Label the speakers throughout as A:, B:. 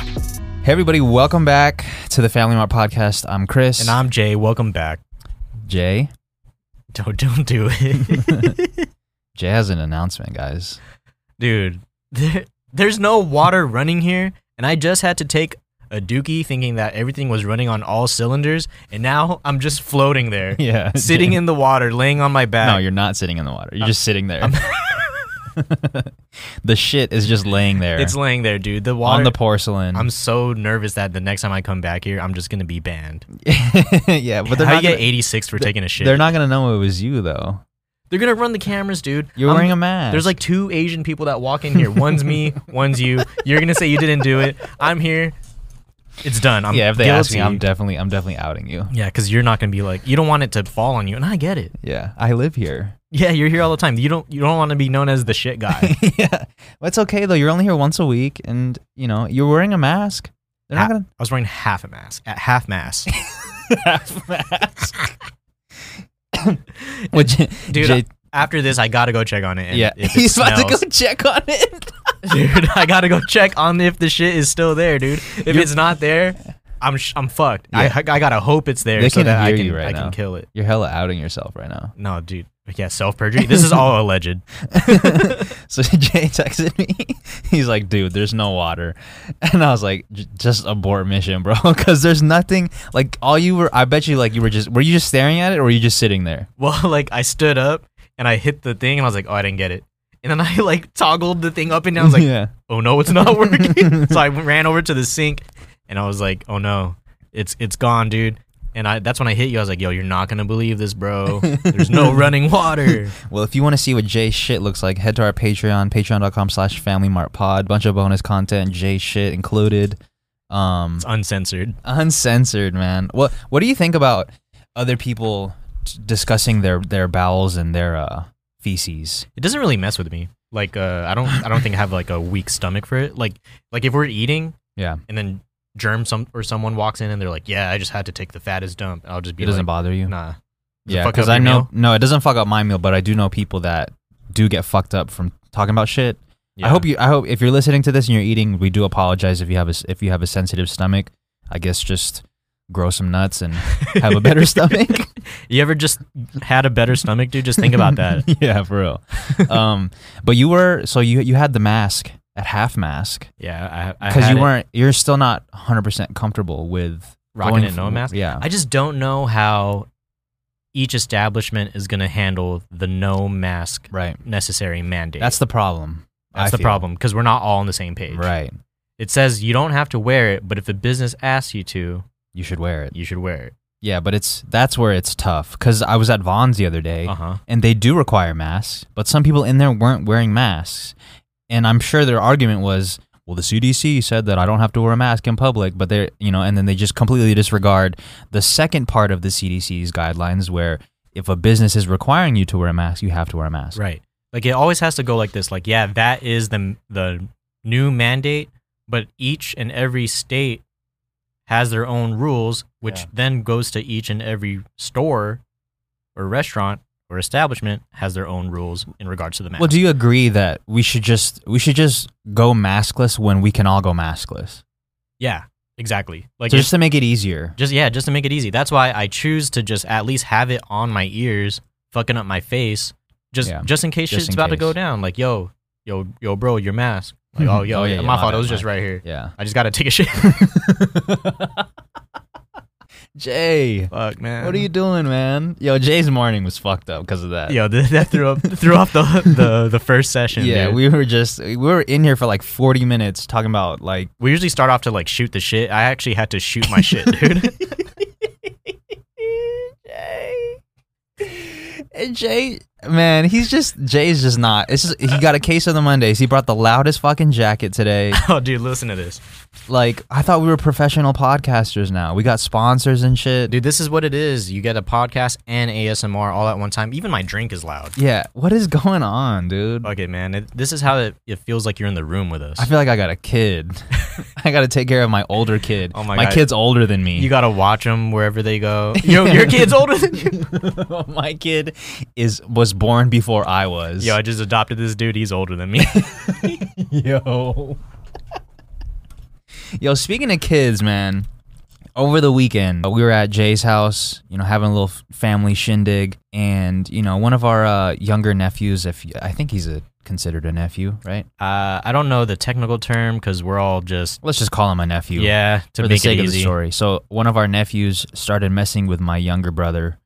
A: Hey, everybody, welcome back to the Family Mart podcast. I'm Chris.
B: And I'm Jay. Welcome back.
A: Jay.
B: Don't don't do it,
A: Jay has an announcement, guys.
B: dude. There, there's no water running here, and I just had to take a dookie, thinking that everything was running on all cylinders, and now I'm just floating there,
A: Yeah.
B: sitting in the water, laying on my back.
A: No, you're not sitting in the water. You're just sitting there.
B: I'm-
A: the shit is just laying there
B: it's laying there, dude. The water.
A: on the porcelain.
B: I'm so nervous that the next time I come back here, I'm just gonna be banned.
A: yeah, but they're
B: How
A: not,
B: you
A: gonna,
B: get 86 for taking a shit?
A: they're not gonna know it was you though.
B: They're gonna run the cameras, dude.
A: You're
B: I'm-
A: wearing a mask.
B: There's like two Asian people that walk in here. One's me, one's you. You're gonna say you didn't do it. I'm here. It's done. I'm
A: yeah. If they
B: guilty.
A: ask me, I'm definitely I'm definitely outing you.
B: Yeah, because you're not gonna be like you don't want it to fall on you, and I get it.
A: Yeah, I live here.
B: Yeah, you're here all the time. You don't you don't want to be known as the shit guy.
A: yeah, well, it's okay though. You're only here once a week, and you know you're wearing a mask. They're
B: Ha-
A: not gonna
B: I was wearing half a mask at half mass.
A: half mask. Which,
B: Dude,
A: Jay-
B: After this, I gotta go check on it. And
A: yeah,
B: if it
A: he's about to
B: smells-
A: go check on it.
B: dude. I gotta go check on if the shit is still there, dude. If
A: You're-
B: it's not there, I'm sh- I'm fucked. I,
A: Yeah.
B: I gotta hope it's there
A: They
B: so
A: can
B: that I
A: hear
B: can
A: you right
B: I
A: now.
B: can kill it.
A: You're hella outing yourself right now.
B: No, dude. Yeah, self perjury. This is all alleged.
A: so Jay texted me. He's like, "Dude, there's no water," and I was like, "J- "Just abort mission, bro, because there's nothing. Like, all you were, I bet you, like, you were just, were you just staring at it, or were you just sitting there?
B: Well, like I stood up and I hit the thing and I was like, oh, I didn't get it. And then I like toggled the thing up and down. I was like,
A: yeah,
B: oh no, it's not working. so I ran over to the sink and I was like, oh no, it's it's gone, dude. And I that's when I hit you. I was like, yo, you're not gonna believe this, bro. There's no running water.
A: Well, if you want to see what Jay's shit looks like, head to our Patreon, patreon.com slash familymartpod. Bunch of bonus content, Jay shit included. Um,
B: It's uncensored.
A: uncensored, man. What What do you think about other people t- discussing their, their bowels and their uh, feces?
B: It doesn't really mess with me. Like uh, I don't I don't think I have like a weak stomach for it. Like like if we're eating
A: Yeah.
B: and then germ some or someone walks in and they're like, yeah, I just had to take the fattest dump. I'll just be
A: It doesn't
B: like,
A: bother you?
B: nah. Does it
A: yeah,
B: fuck
A: because
B: up
A: I
B: your
A: know
B: meal?
A: no, it doesn't fuck up my meal, but I do know people that do get fucked up from talking about shit. I hope you. I hope if you're listening to this and you're eating, we do apologize if you have a s- if you have a sensitive stomach. I guess just grow some nuts and have a better stomach.
B: You ever just had a better stomach, dude? Just think about that.
A: yeah, for real. um, but you were so you you had the mask at half mask
B: Yeah, I
A: because
B: I
A: you
B: had it
A: weren't. You're still not 100 percent comfortable with
B: rocking
A: going
B: it no
A: f-
B: mask.
A: Yeah,
B: I just don't know how each establishment is going to handle the no mask
A: right.
B: necessary mandate.
A: That's the problem.
B: That's
A: I
B: the
A: feel.
B: problem because we're not all on the same page.
A: Right.
B: It says you don't have to wear it, but if the business asks you to,
A: You should wear it.
B: you should wear
A: Yeah, but it's that's where it's tough because I was at Vaughn's the other day
B: it. Uh huh.
A: and they do require masks, but some people in there weren't wearing masks, and I'm sure their argument was, well, the CDC said that I don't have to wear a mask in public, but they're you know, and then they just completely disregard the second part of the CDC's guidelines where if a business is requiring you to wear a mask, you have to wear a mask.
B: Right. Like it always has to go like this. Like yeah, that is the the new mandate, but each and every state has their own rules, which
A: Yeah.
B: then goes to each and every store or restaurant or establishment has their own rules in regards to the mask.
A: Well, do you agree that we should just we should just go maskless when we can all go maskless?
B: yeah, exactly. Like
A: so
B: it-
A: just to make it easier.
B: just yeah, just to make it easy. That's why I choose to just at least have it on my ears, fucking up my face, just
A: Yeah.
B: just in case
A: Just
B: shit's
A: in
B: about to go
A: case.
B: down. Like yo, yo, yo, bro, your mask. Like oh yo,
A: Oh, yeah, yeah,
B: my
A: my
B: fault.
A: bad,
B: It was
A: my
B: just right here.
A: Yeah.
B: I just gotta take a shit.
A: Jay,
B: Fuck, man.
A: what are you doing, man? Yo, Jay's morning was fucked up because of that.
B: Yo, th- that threw up threw off the the the first session.
A: Yeah,
B: dude. we
A: we were just we were in here for like 40 minutes talking about like
B: usually start off to like shoot the shit. I actually had to shoot my shit, dude.
A: Jay. And Jay, man, he's just Jay's just not. It's just he got a case of the Mondays. He brought the loudest fucking jacket today.
B: oh, dude, listen to this,
A: Like I thought we were professional podcasters now. We got sponsors and shit.
B: dude. This is what it is. You get a podcast and ASMR all at one time. Even my drink is loud.
A: Yeah, what is going on, dude?
B: Fuck it, man. It, this is how it, it feels like you're in the room with us.
A: I feel like I got a kid. I got to take care of my older kid.
B: Oh my
A: my
B: God.
A: kid's older than me.
B: you gotta watch them wherever they go. Yo, your kid's older than you.
A: my kid is was born before I was.
B: Yo, I just adopted this dude. He's older than me.
A: Yo. Yo, speaking of kids, man, over the weekend uh, we were at Jay's house, you know, having a little f- family shindig, and you know, one of our uh, younger nephews, if y- I think he's a considered a nephew, right?
B: Uh, I don't know the technical term because we're all just
A: Let's just call him a nephew.
B: yeah to
A: for the
B: make
A: sake
B: it
A: of the
B: easy.
A: story. So one of our nephews started messing with my younger brother,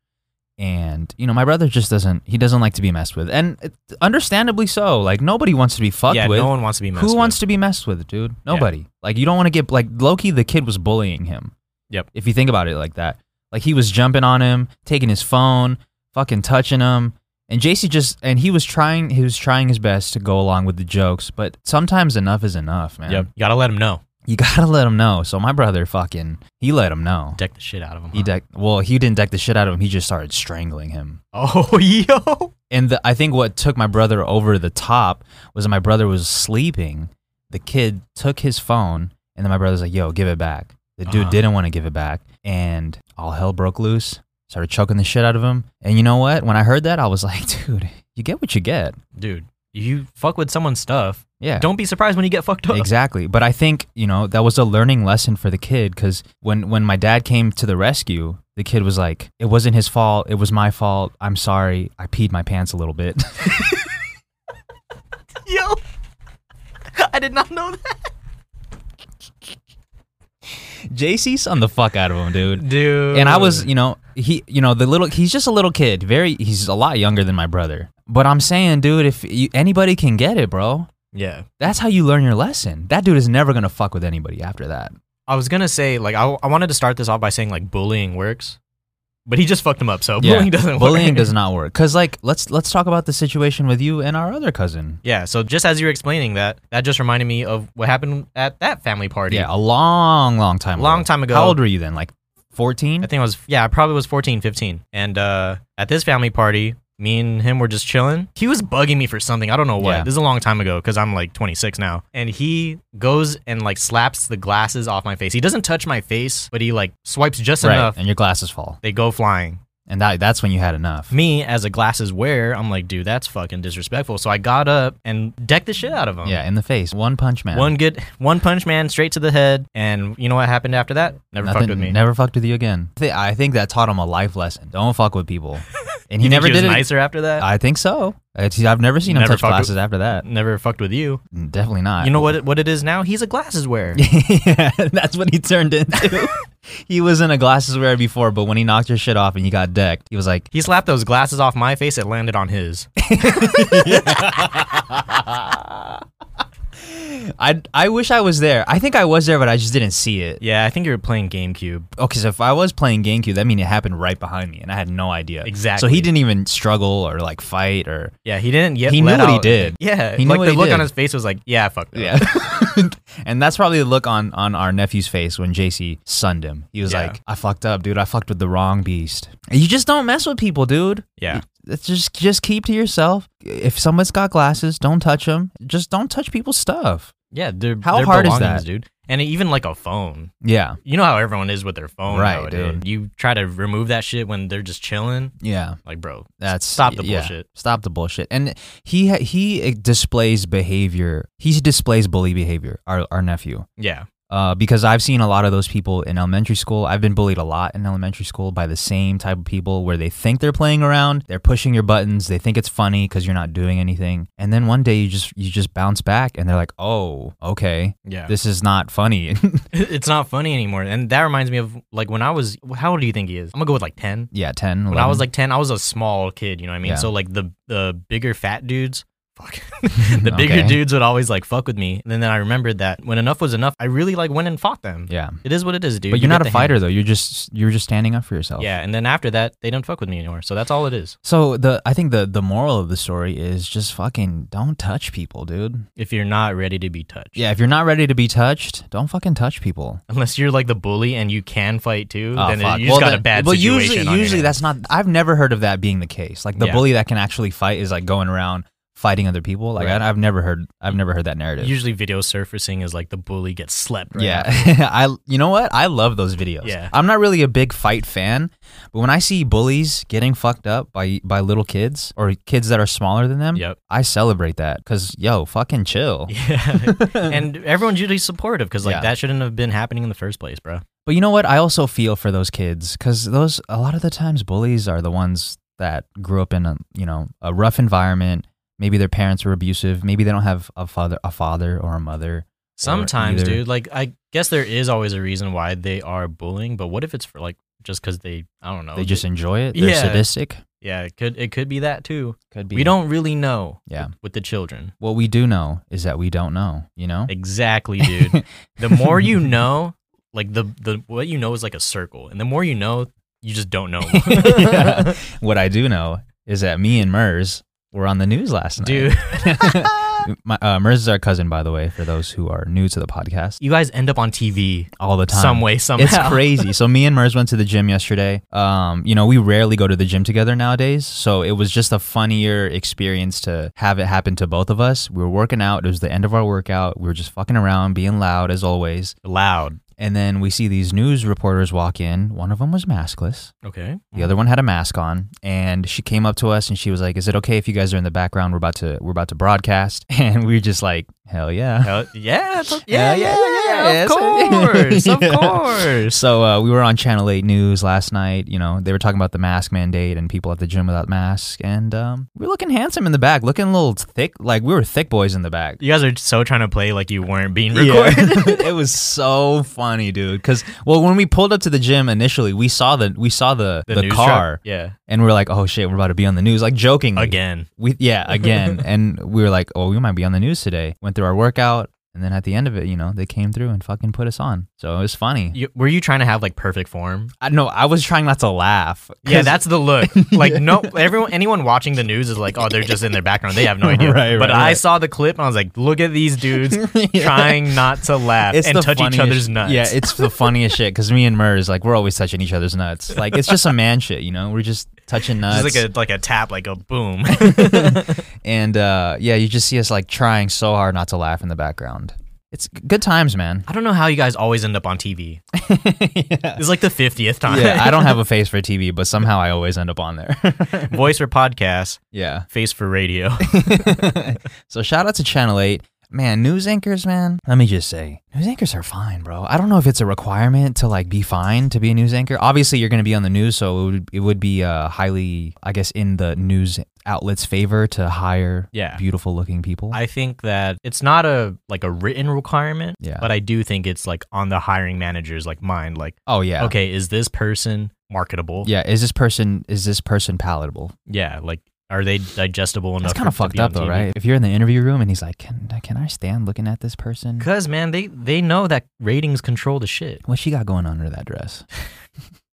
A: and you know my brother just doesn't. He doesn't like to be messed with, and it- understandably so. Like nobody wants to be fucked
B: yeah,
A: with.
B: no one wants to be messed
A: Who
B: with.
A: wants to be messed with, dude? Nobody. Like you don't want to get like Loki. The kid was bullying him.
B: Yep.
A: If you think about it like that, like he was jumping on him, taking his phone, fucking touching him, and JC just and he was trying. He was trying his best to go along with the jokes, but sometimes enough is enough, man.
B: Yep, you gotta let them know.
A: You gotta let him know. So my brother, fucking, he let him know.
B: Deck the shit out of them.
A: He decked. Well, he didn't deck the shit out of him. He just started strangling him.
B: oh yo,
A: And the, I think what took my brother over the top was that my brother was sleeping. The kid took his phone, and then my brother's like, "Yo, give it back." The dude
B: Uh-huh.
A: didn't want to give it back, and all hell broke loose. Started choking the shit out of him. And you know what? When I heard that, I was like, "Dude, you get what you get."
B: dude, you fuck with someone's stuff.
A: Yeah.
B: Don't be surprised when you get fucked up.
A: Exactly. But I think, you know, that was a learning lesson for the kid because when, when my dad came to the rescue, the kid was like, it wasn't his fault. It was my fault. I'm sorry. I peed my pants a little bit.
B: Yo, I did not know that,
A: JC sunned the fuck out of him, dude.
B: dude.
A: And I was, you know, he, you know, the little, he's just a little kid. Very, he's a lot younger than my brother. But I'm saying, dude, if you, anybody can get it, bro,
B: yeah.
A: that's how you learn your lesson. That dude is never going to fuck with anybody after that.
B: I was gonna say like I, I wanted to start this off by saying like bullying works, but he just fucked him up. So
A: Yeah.
B: bullying doesn't.
A: Bullying
B: work.
A: does not work. Cause like, let's, let's talk about the situation with you and our other cousin.
B: Yeah. So just as you were explaining that, that just reminded me of what happened at that family party.
A: Yeah, a long, long time
B: Long
A: ago.
B: time ago.
A: How old were you then? Like 14?
B: I think I was yeah, I probably was 14, 15. And uh at this family party, me and him were just chilling. He was bugging me for something. I don't know what.
A: Yeah.
B: This is a long time ago cuz I'm like 26 now. And he goes and like slaps the glasses off my face. He doesn't touch my face, but he like swipes just
A: right.
B: enough.
A: And your glasses fall.
B: They go flying.
A: And that, that's when you had enough.
B: Me as a glasses wearer, I'm like, dude, that's fucking disrespectful. So I got up and decked the shit out of him.
A: Yeah, in the face. One punch man.
B: One good one punch man straight to the head and you know what happened after that? Never
A: Nothing-
B: fucked with me.
A: Never fucked with you again. Th- I think that taught him a life lesson. Don't fuck with people. And
B: You
A: he
B: think
A: never
B: was
A: did it.
B: nicer after that.
A: I think so. It's- I've never seen him
B: Never
A: touch
B: fucked with-
A: glasses after that.
B: never fucked with you.
A: Definitely not.
B: You know what? What it is now? He's a glasses wearer.
A: yeah, that's what he turned into. he was in a glasses wearer before, but when he knocked your shit off and you got decked, he was like,
B: He slapped those glasses off my face. It landed on his.
A: I, I wish I was there. I think I was there, but I just didn't see it.
B: Yeah, I think you were playing GameCube.
A: Okay, so if I was playing GameCube, that mean it happened right behind me, and I had no idea.
B: Exactly.
A: So he didn't even struggle or like fight or.
B: Yeah, he didn't yet.
A: He knew
B: let
A: what he
B: out-
A: did.
B: Yeah,
A: He knew
B: like
A: what
B: the
A: he
B: look
A: did.
B: on his face was like, yeah, fuck. That.
A: Yeah. and that's probably the look on on our nephew's face when JC sunned him. He was
B: Yeah.
A: like, "I fucked up, dude. I fucked with the wrong beast." You just don't mess with people, dude.
B: yeah.
A: It's just just keep to yourself. If someone's got glasses, don't touch them. Just don't touch people's stuff.
B: Yeah, they're
A: How
B: they're
A: hard is
B: belongings,
A: that?
B: dude? And even like a phone.
A: Yeah.
B: You know how everyone is with their phone,
A: Right,
B: nowadays.
A: dude.
B: You try to remove that shit when they're just chilling.
A: Yeah.
B: Like, bro,
A: That's
B: stop the
A: yeah.
B: bullshit.
A: Stop the bullshit. And he ha- he displays behavior. He displays bully behavior. Our our nephew.
B: Yeah,
A: Uh, because I've seen a lot of those people in elementary school. I've been bullied a lot in elementary school by the same type of people where they think they're playing around, they're pushing your buttons, they think it's funny because you're not doing anything, and then one day you just you just bounce back, and they're like, "Oh, okay,
B: yeah.
A: this is not funny."
B: it's not funny anymore. And that reminds me of like when I was. How old do you think he is? I'm gonna go with like ten.
A: yeah, ten.
B: when I was like 10, I was a small kid, you know what I mean?
A: Yeah.
B: So like the the bigger fat dudes, fuck. the bigger
A: Okay.
B: dudes would always like fuck with me. And then I remembered that when enough was enough, I really like went and fought them.
A: yeah,
B: It is what it is, dude.
A: but
B: You
A: you're not
B: get
A: a
B: the hang.
A: fighter though. You're just you're just standing up for yourself.
B: Yeah, and then after that, they don't fuck with me anymore. So that's all it is.
A: So the I think the the moral of the story is just fucking don't touch people, dude.
B: If you're not ready to be touched.
A: Yeah, if you're not ready to be touched, don't fucking touch people.
B: Unless you're like the bully and you can fight too,
A: Oh,
B: then
A: fuck.
B: you just got
A: then-
B: a bad
A: well,
B: situation.
A: usually,
B: on your
A: usually that's
B: hands.
A: not. I've never heard of that being the case. Like the
B: Yeah.
A: bully that can actually fight is like going around fighting other people. Like
B: Right.
A: I, I've never heard I've never heard that narrative.
B: Usually, video surfacing is like the bully gets slept. right
A: Yeah,
B: after.
A: I you know what I love those videos.
B: Yeah.
A: I'm not really a big fight fan, but when I see bullies getting fucked up by by little kids or kids that are smaller than them,
B: Yep.
A: I celebrate that because yo, fucking chill.
B: Yeah. and everyone's usually supportive because like
A: Yeah.
B: that shouldn't have been happening in the first place, bro.
A: But you know what? I also feel for those kids because those a lot of the times bullies are the ones that grew up in a you know a rough environment. Maybe their parents were abusive. Maybe they don't have a father, a father or a mother.
B: Sometimes,
A: either-
B: dude. Like, I guess there is always a reason why they are bullying, but what if it's for like just because they, I don't know,
A: They just enjoy it. They're
B: Yeah.
A: sadistic.
B: yeah, it could it could be that too.
A: Could be.
B: We don't really know.
A: Yeah.
B: with, with the children,
A: What we do know is that we don't know. You know.
B: exactly, dude. the more you know, like the the what you know is like a circle, and the more you know, you just don't know,
A: Yeah. What I do know is that me and Mers were on the news last night.
B: dude.
A: My, uh, Mers is our cousin, by the way, for those who are new to the podcast
B: You guys end up on TV
A: all the time.
B: some way somehow.
A: It's crazy. So me and Mers went to the gym yesterday. Um, you know, we rarely go to the gym together nowadays, so it was just a funnier experience to have it happen to both of us. We were working out. It was the end of our workout. We were just fucking around, being loud as always.
B: Loud.
A: And then we see these news reporters walk in. One of them was maskless.
B: Okay.
A: The other one had a mask on, and she came up to us and she was like, "Is it okay if you guys are in the background? We're about to we're about to broadcast." And we were just like, "Hell yeah!"
B: Hell, yeah, it's-
A: Yeah,
B: yeah,
A: yeah,
B: yeah,
A: yeah,
B: yeah,
A: yeah,
B: Of
A: it's-
B: course, of
A: Yeah.
B: course.
A: So uh, we were on Channel 8 News last night. You know, they were talking about the mask mandate and people at the gym without masks. And um, we were looking handsome in the back, looking a little thick. Like we were thick boys in the back.
B: You guys are so trying to play like you weren't being
A: Yeah.
B: recorded.
A: it was so funny, dude. Because well, when we pulled up to the gym initially, we saw the we saw the the,
B: news
A: car,
B: truck. yeah,
A: and we are like, oh shit, we're about to be on the news, like jokingly.
B: again.
A: We yeah again, and we were like, oh, we might be on the news today. Went through our workout, and then at the end of it, you know, they came through and fucking put us on. So it was funny.
B: You, were you trying to have like perfect form?
A: I know I was trying not to laugh.
B: Yeah,
A: 'cause-
B: that's the look. Like no, everyone, anyone watching the news is like, oh, they're just in their background. They have no idea.
A: Right,
B: but
A: right,
B: I
A: right.
B: saw the clip and I was like, look at these dudes
A: Yeah.
B: trying not to laugh
A: It's
B: and
A: the
B: touch each
A: funniest-
B: other's nuts.
A: Yeah, it's the funniest shit because me and Murs like we're always touching each other's nuts. Like it's just a man shit, you know. We're just touching nuts.
B: just like a like a tap, like a boom.
A: and uh, yeah, you just see us like trying so hard not to laugh in the background. It's g- good times, man.
B: I don't know how you guys always end up on TV.
A: yeah.
B: It's like the fiftieth time.
A: yeah, I don't have a face for TV, but somehow I always end up on there.
B: Voice for podcast,
A: yeah.
B: face for radio.
A: so shout out to Channel 8. Man, news anchors, man. Let me just say, news anchors are fine, bro. I don't know if it's a requirement to like be fine to be a news anchor. Obviously, you're going to be on the news, so it would, it would be uh, highly, I guess, in the news outlets' favor to hire
B: Yeah.
A: beautiful looking people.
B: I think that it's not a like a written requirement,
A: Yeah.
B: but I do think it's like on the hiring manager's like mind like
A: oh yeah,
B: okay, is this person marketable?
A: yeah. Is this person is this person palatable?
B: Yeah, like are they digestible enough?
A: That's kind of fucked up though, right? If you're in the interview room and he's like, "Can can I stand looking at this person?
B: Cuz man, they they know that ratings control the shit.
A: What she got going on under that dress?"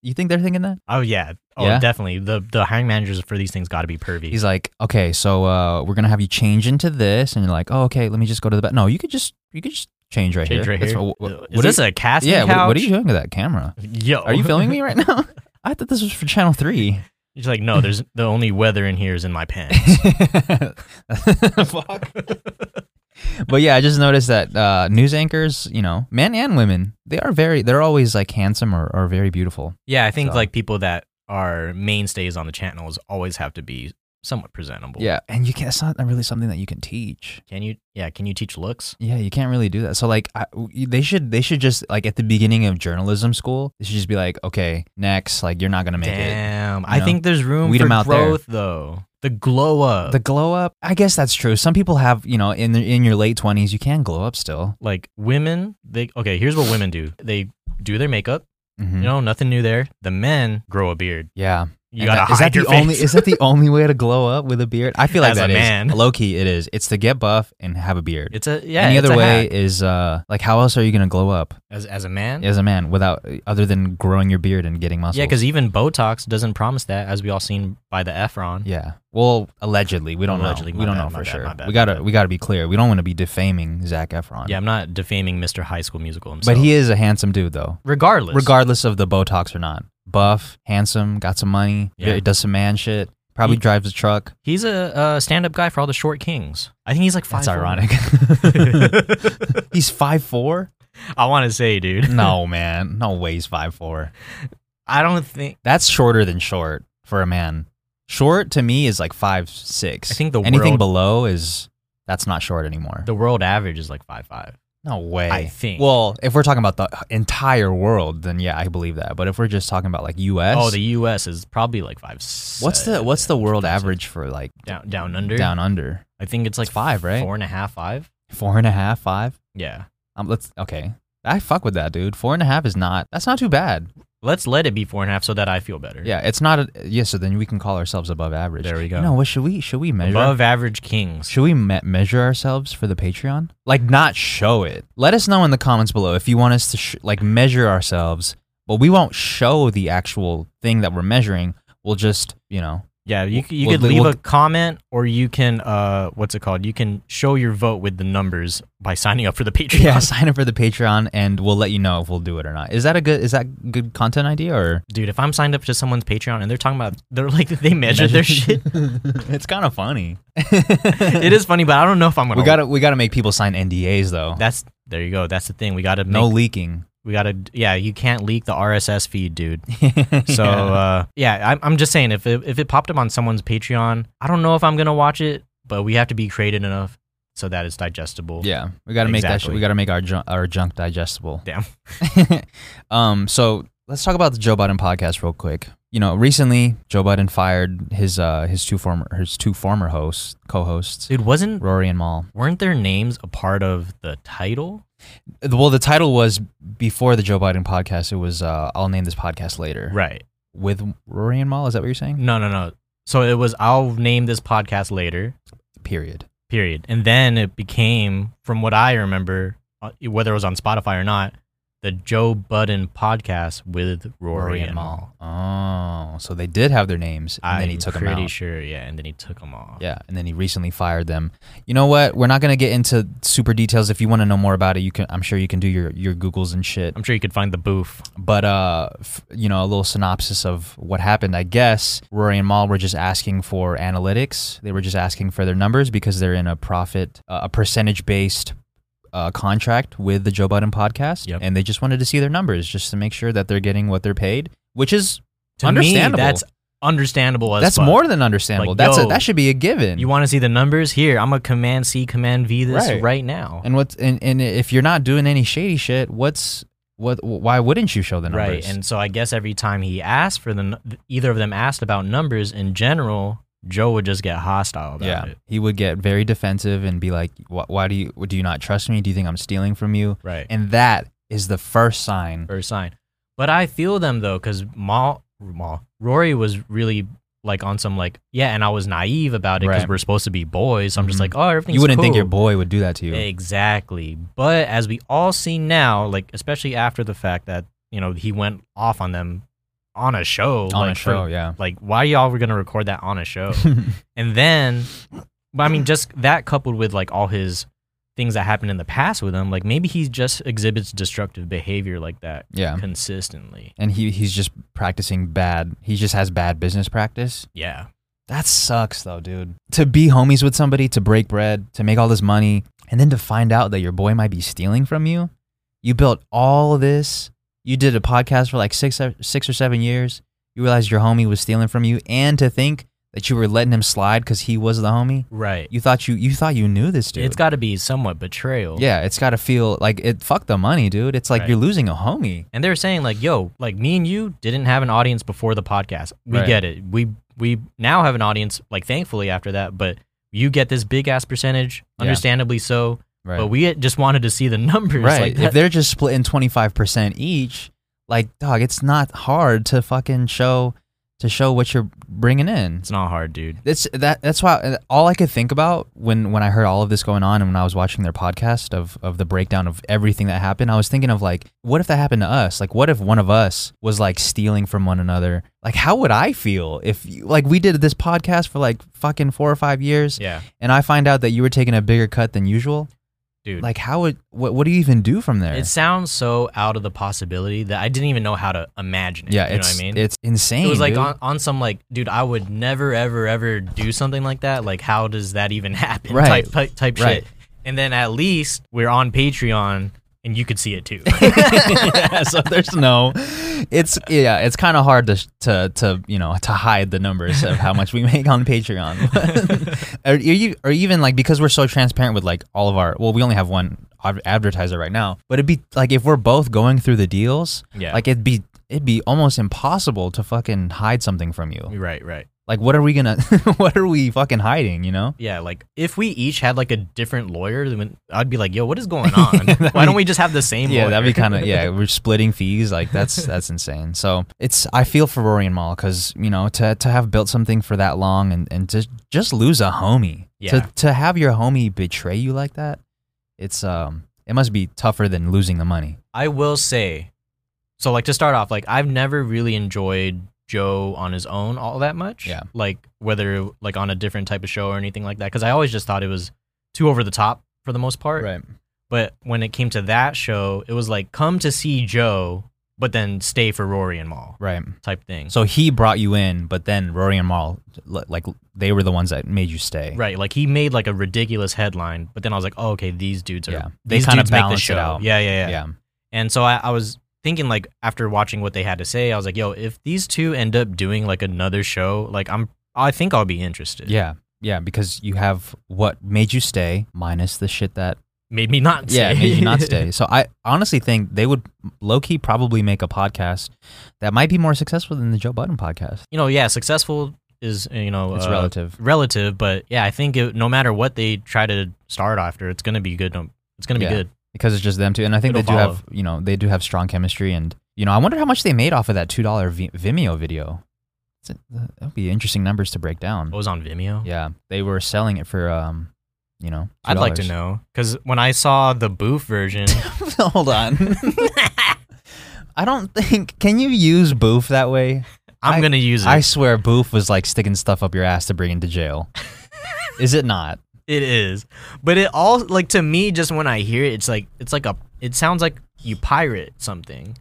A: you think they're thinking that?
B: Oh yeah. Oh,
A: Yeah?
B: definitely. The the hiring managers for these things got to be pervy.
A: He's like, okay, so uh, we're gonna have you change into this, and you're like, oh, okay, let me just go to the back. No, you could just you could just change right
B: Change
A: here.
B: right
A: That's
B: here.
A: what- what-
B: is
A: what
B: this
A: are
B: a casting
A: you- yeah? What, what are you
B: couch?
A: doing to that camera?
B: Yo.
A: Are you filming me right now? I thought this was for Channel Three.
B: He's like, "No, there's the only weather in here is in my pants."
A: Fuck. but yeah, I just noticed that uh, news anchors, you know, men and women, they are very, they're always like handsome or, or very beautiful.
B: yeah, I think
A: So-
B: like people that are mainstays on the channels always have to be somewhat presentable.
A: Yeah, and you can't. It's not really something that you can teach.
B: Can you? Yeah. Can you teach looks?
A: Yeah, you can't really do that. So like, I, w- they should they should just like at the beginning of journalism school, they should just be like, okay, next, like you're not gonna make
B: Damn.
A: You
B: I
A: know?
B: think there's room
A: Weed
B: for
A: 'em out there.
B: growth, though. The glow
A: it.
B: up.
A: The glow up, I guess that's true. Some people have, you know, in the, in your late twenties, you can glow up still.
B: like women, they okay. Here's what women do. They do their makeup.
A: Mhm.
B: You know, nothing new there. The men grow a beard.
A: Yeah,
B: You
A: And
B: gotta
A: that-
B: hide
A: is that
B: your
A: the
B: face.
A: only is that the only way to glow up with a beard? I feel like
B: As a
A: that is
B: man.
A: low key. It is. It's to get buff and have a beard.
B: it's a yeah.
A: Any
B: it's
A: other
B: a
A: way
B: hack.
A: is uh like how else are you gonna glow up
B: as as a man.
A: as a man without other than growing your beard and getting muscles?
B: Yeah, because even Botox doesn't promise that, as we all seen by the Efron.
A: Yeah. Well, allegedly, we don't
B: Allegedly,
A: know.
B: my
A: We don't
B: bad,
A: know
B: my
A: for
B: bad,
A: sure.
B: my bad,
A: we
B: my
A: gotta
B: bad.
A: we gotta be clear. We don't want to be defaming Zach Efron.
B: Yeah, I'm not defaming Mr. High School Musical himself.
A: But he is a handsome dude, though,
B: regardless.
A: regardless of the Botox or not. Buff, handsome, got some money, uh,
B: Yeah.
A: does some man shit. Probably
B: He-
A: drives a truck.
B: He's a uh, stand-up guy for all the short kings. I think he's like five.
A: That's ironic. he's five four.
B: I want to say, dude.
A: No man, no way he's five four.
B: I don't think.
A: That's shorter than short for a man. Short to me is like five six.
B: I think the
A: anything
B: world-
A: below is that's not short anymore.
B: The world average is like five five.
A: no way.
B: I think.
A: Well, if we're talking about the entire world, then yeah, I believe that. But if we're just talking about like U.S.,
B: oh, the U.S. is probably like five.
A: what's the what's the world average for like
B: down down under?
A: down under
B: I think it's like
A: It's five, right?
B: Four and a half, five.
A: four and a half five?
B: Yeah.
A: Um, let's okay. I fuck with that, dude. Four and a half is not. That's not too bad.
B: Let's let it be four and a half so that I feel better.
A: Yeah, it's not. A, yeah, so then we can call ourselves above average.
B: There we go.
A: You know what? Should we should we measure?
B: Above average kings.
A: Should we me- measure ourselves for the Patreon? Like, not show it. Let us know in the comments below if you want us to sh- like measure ourselves, but we won't show the actual thing that we're measuring. We'll just, you know,
B: Yeah, you, c- you
A: Well,
B: could
A: they
B: leave
A: will-
B: a comment or you can, uh, what's it called? You can show your vote with the numbers by signing up for the Patreon.
A: yeah, sign up for the Patreon, and we'll let you know if we'll do it or not. Is that a good? Is that good content idea or
B: Dude, if I'm signed up to someone's Patreon and they're talking about, they're like, they measured their shit.
A: it's kind of funny.
B: it is funny, but I don't know if I'm going to.
A: We gotta we gotta make people sign NDAs though.
B: That's, there you go. That's the thing. We got to make,
A: no leaking.
B: we got to, yeah, you can't leak the RSS feed, dude. So, uh, yeah, I'm, I'm just saying, if it, if it popped up on someone's Patreon, I don't know if I'm going to watch it, but we have to be creative enough so that it's digestible.
A: Yeah, we gotta make that. Sh-
B: Exactly.
A: we gotta make our junk, our junk digestible.
B: Damn.
A: um. So let's talk about the Joe Biden podcast real quick. You know, recently Joe Biden fired his uh his two former his two former hosts co-hosts
B: Dude, wasn't
A: Rory and Maul.
B: weren't their names a part of the title?
A: Well, the title was before the Joe Biden podcast. It was uh I'll name this podcast later
B: Right.
A: with Rory and Maul. Is that what you're saying?
B: No, no, no. So it was I'll name this podcast later.
A: Period.
B: Period. And then it became, from what I remember, uh, whether it was on Spotify or not, the Joe Budden podcast with Rory, and Maul.
A: Oh, so they did have their names, and
B: I'm
A: then he took them
B: pretty
A: out.
B: sure, yeah. And then he took them off.
A: Yeah, and then he recently fired them. You know what? We're not gonna get into super details. If you want to know more about it, you can. I'm sure you can do your your googles and shit.
B: I'm sure you could find the booth.
A: But uh, f- you know, a little synopsis of what happened. I guess Rory and Maul were just asking for analytics. They were just asking for their numbers because they're in a profit, uh, a percentage based. Uh, contract with the Joe Biden podcast,
B: Yep.
A: and they just wanted to see their numbers just to make sure that they're getting what they're paid, which is
B: To
A: Understandable.
B: me, that's understandable as
A: that's
B: fuck.
A: more than understandable.
B: Like,
A: that's a,
B: yo,
A: that should be a given.
B: You want to see the numbers? Here, I'm going to Command C, Command V this
A: Right.
B: right, now.
A: And what's and, and if you're not doing any shady shit, what's what? Why wouldn't you show the numbers?
B: Right. And so I guess every time he asked for the n- either of them asked about numbers in general, Joe would just get hostile about
A: yeah,
B: it.
A: he would get very defensive and be like, why, "Why do you do you not trust me? Do you think I'm stealing from you?"
B: Right.
A: And that is the first sign.
B: First sign. But I feel them though cuz Maul, Maul Rory was really like on some like yeah, and I was naive about it
A: Right.
B: cuz we're supposed to be boys. So I'm
A: Mhm.
B: just like, "Oh, everything's
A: You wouldn't think
B: cool.
A: your boy would do that to you.
B: Exactly. But as we all see now, like especially after the fact that, you know, he went off on them on a show
A: on a
B: like, for-
A: show, yeah.
B: like why y'all were going to record that on a show? And then, but I mean, just that coupled with like all his things that happened in the past with him, like maybe he just exhibits destructive behavior like that
A: yeah.
B: consistently.
A: And he he's just practicing bad. He just has bad business practice.
B: Yeah.
A: That sucks though, dude. To be homies with somebody, to break bread, to make all this money, and then to find out that your boy might be stealing from you. You built all this. You did a podcast for like six, six or seven years. You realized your homie was stealing from you, and to think that you were letting him slide because he was the homie.
B: Right.
A: You thought you you thought you knew this dude.
B: It's got to be somewhat betrayal.
A: yeah, it's got to feel like it. Fuck the money, dude. It's like
B: Right.
A: you're losing a homie.
B: And they were saying like, yo, like me and you didn't have an audience before the podcast. We
A: Right.
B: get it. We we now have an audience like thankfully after that, but you get this big ass percentage,
A: Yeah.
B: understandably so,
A: Right.
B: but we just wanted to see the numbers
A: right.
B: like
A: if
B: that.
A: they're just splitting twenty five percent each, like dog, it's not hard to fucking show to show what you're bringing in.
B: It's not hard, dude.
A: It's that that's why uh, all I could think about when when I heard all of this going on and when I was watching their podcast of of the breakdown of everything that happened, I was thinking of like, what if that happened to us? Like, what if one of us was like stealing from one another? Like, how would I feel if you, like we did this podcast for like fucking four or five years
B: Yeah.
A: and I find out that you were taking a bigger cut than usual?
B: dude.
A: Like how would what what do you even do from there?
B: it sounds so out of the possibility that I didn't even know how to imagine it.
A: yeah,
B: you know
A: it's
B: what I mean?
A: it's insane.
B: it was like
A: dude.
B: on, on some like dude i would never ever ever do something like that like how does that even happen
A: Right.
B: type type, type
A: Right.
B: shit and then at least we're on patreon and you could see it too
A: yeah, so there's no it's yeah it's kind of hard to, to to you know to hide the numbers of how much we make on patreon or, you, or even like because we're so transparent with like all of our well we only have one ad- advertiser right now but it'd be like if we're both going through the deals
B: yeah
A: like it'd be it'd be almost impossible to fucking hide something from you
B: right right
A: like what are we gonna what are we fucking hiding you know
B: yeah like if we each had like a different lawyer then i'd be like yo what is going on why don't we just have the same
A: yeah,
B: lawyer?
A: that'd be kind of yeah. We're splitting fees, like that's that's insane. So it's I feel for Rory and Mal because you know to to have built something for that long and and to just lose a homie,
B: Yeah.
A: to to have your homie betray you like that, it's um it must be tougher than losing the money.
B: I will say, so like to start off, like I've never really enjoyed Joe on his own all that much.
A: Yeah.
B: Like whether like on a different type of show or anything like that, because I always just thought it was too over the top for the most part. But when it came to that show, it was like come to see Joe, but then stay for Rory and Maul
A: right.
B: type thing.
A: So he brought you in, but then Rory and Mal li- like they were the ones that made you stay.
B: Right, like he made like a ridiculous headline, but then I was like, "Oh, okay, these dudes are
A: Yeah. They
B: these
A: kinda
B: dudes make the
A: balance it
B: show."
A: out.
B: Yeah, yeah, yeah.
A: Yeah.
B: And so I, I was thinking, like, after watching what they had to say, I was like, yo, if these two end up doing like another show, like, I'm, I think I'll be interested.
A: Yeah. Yeah, because you have what made you stay minus the shit that
B: Made me not
A: Yeah,
B: stay.
A: it made you not stay. So I honestly think they would low key probably make a podcast that might be more successful than the Joe Budden podcast.
B: you know, yeah, successful is, you know,
A: It's
B: uh,
A: relative.
B: Relative, but yeah, I think it, no matter what they try to start after, it's going to be good. No, It's going to be
A: Yeah.
B: good.
A: Because it's just them two, and I think they do
B: It'll
A: have you know they do have strong chemistry, and you know I wonder how much they made off of that two dollar v- Vimeo video. It's a- That'd be interesting numbers to break down.
B: It was on Vimeo.
A: Yeah, they were selling it for um, you know.
B: i would like to know because when I saw the booth version,
A: know. Hold on. I don't think can you use Boof that way. I-
B: I'm going to use it.
A: I swear Boof was like sticking stuff up your ass to bring into jail. Is it not?
B: It is. But it all like to me just when I hear it it's like it's like a it sounds like you pirate something.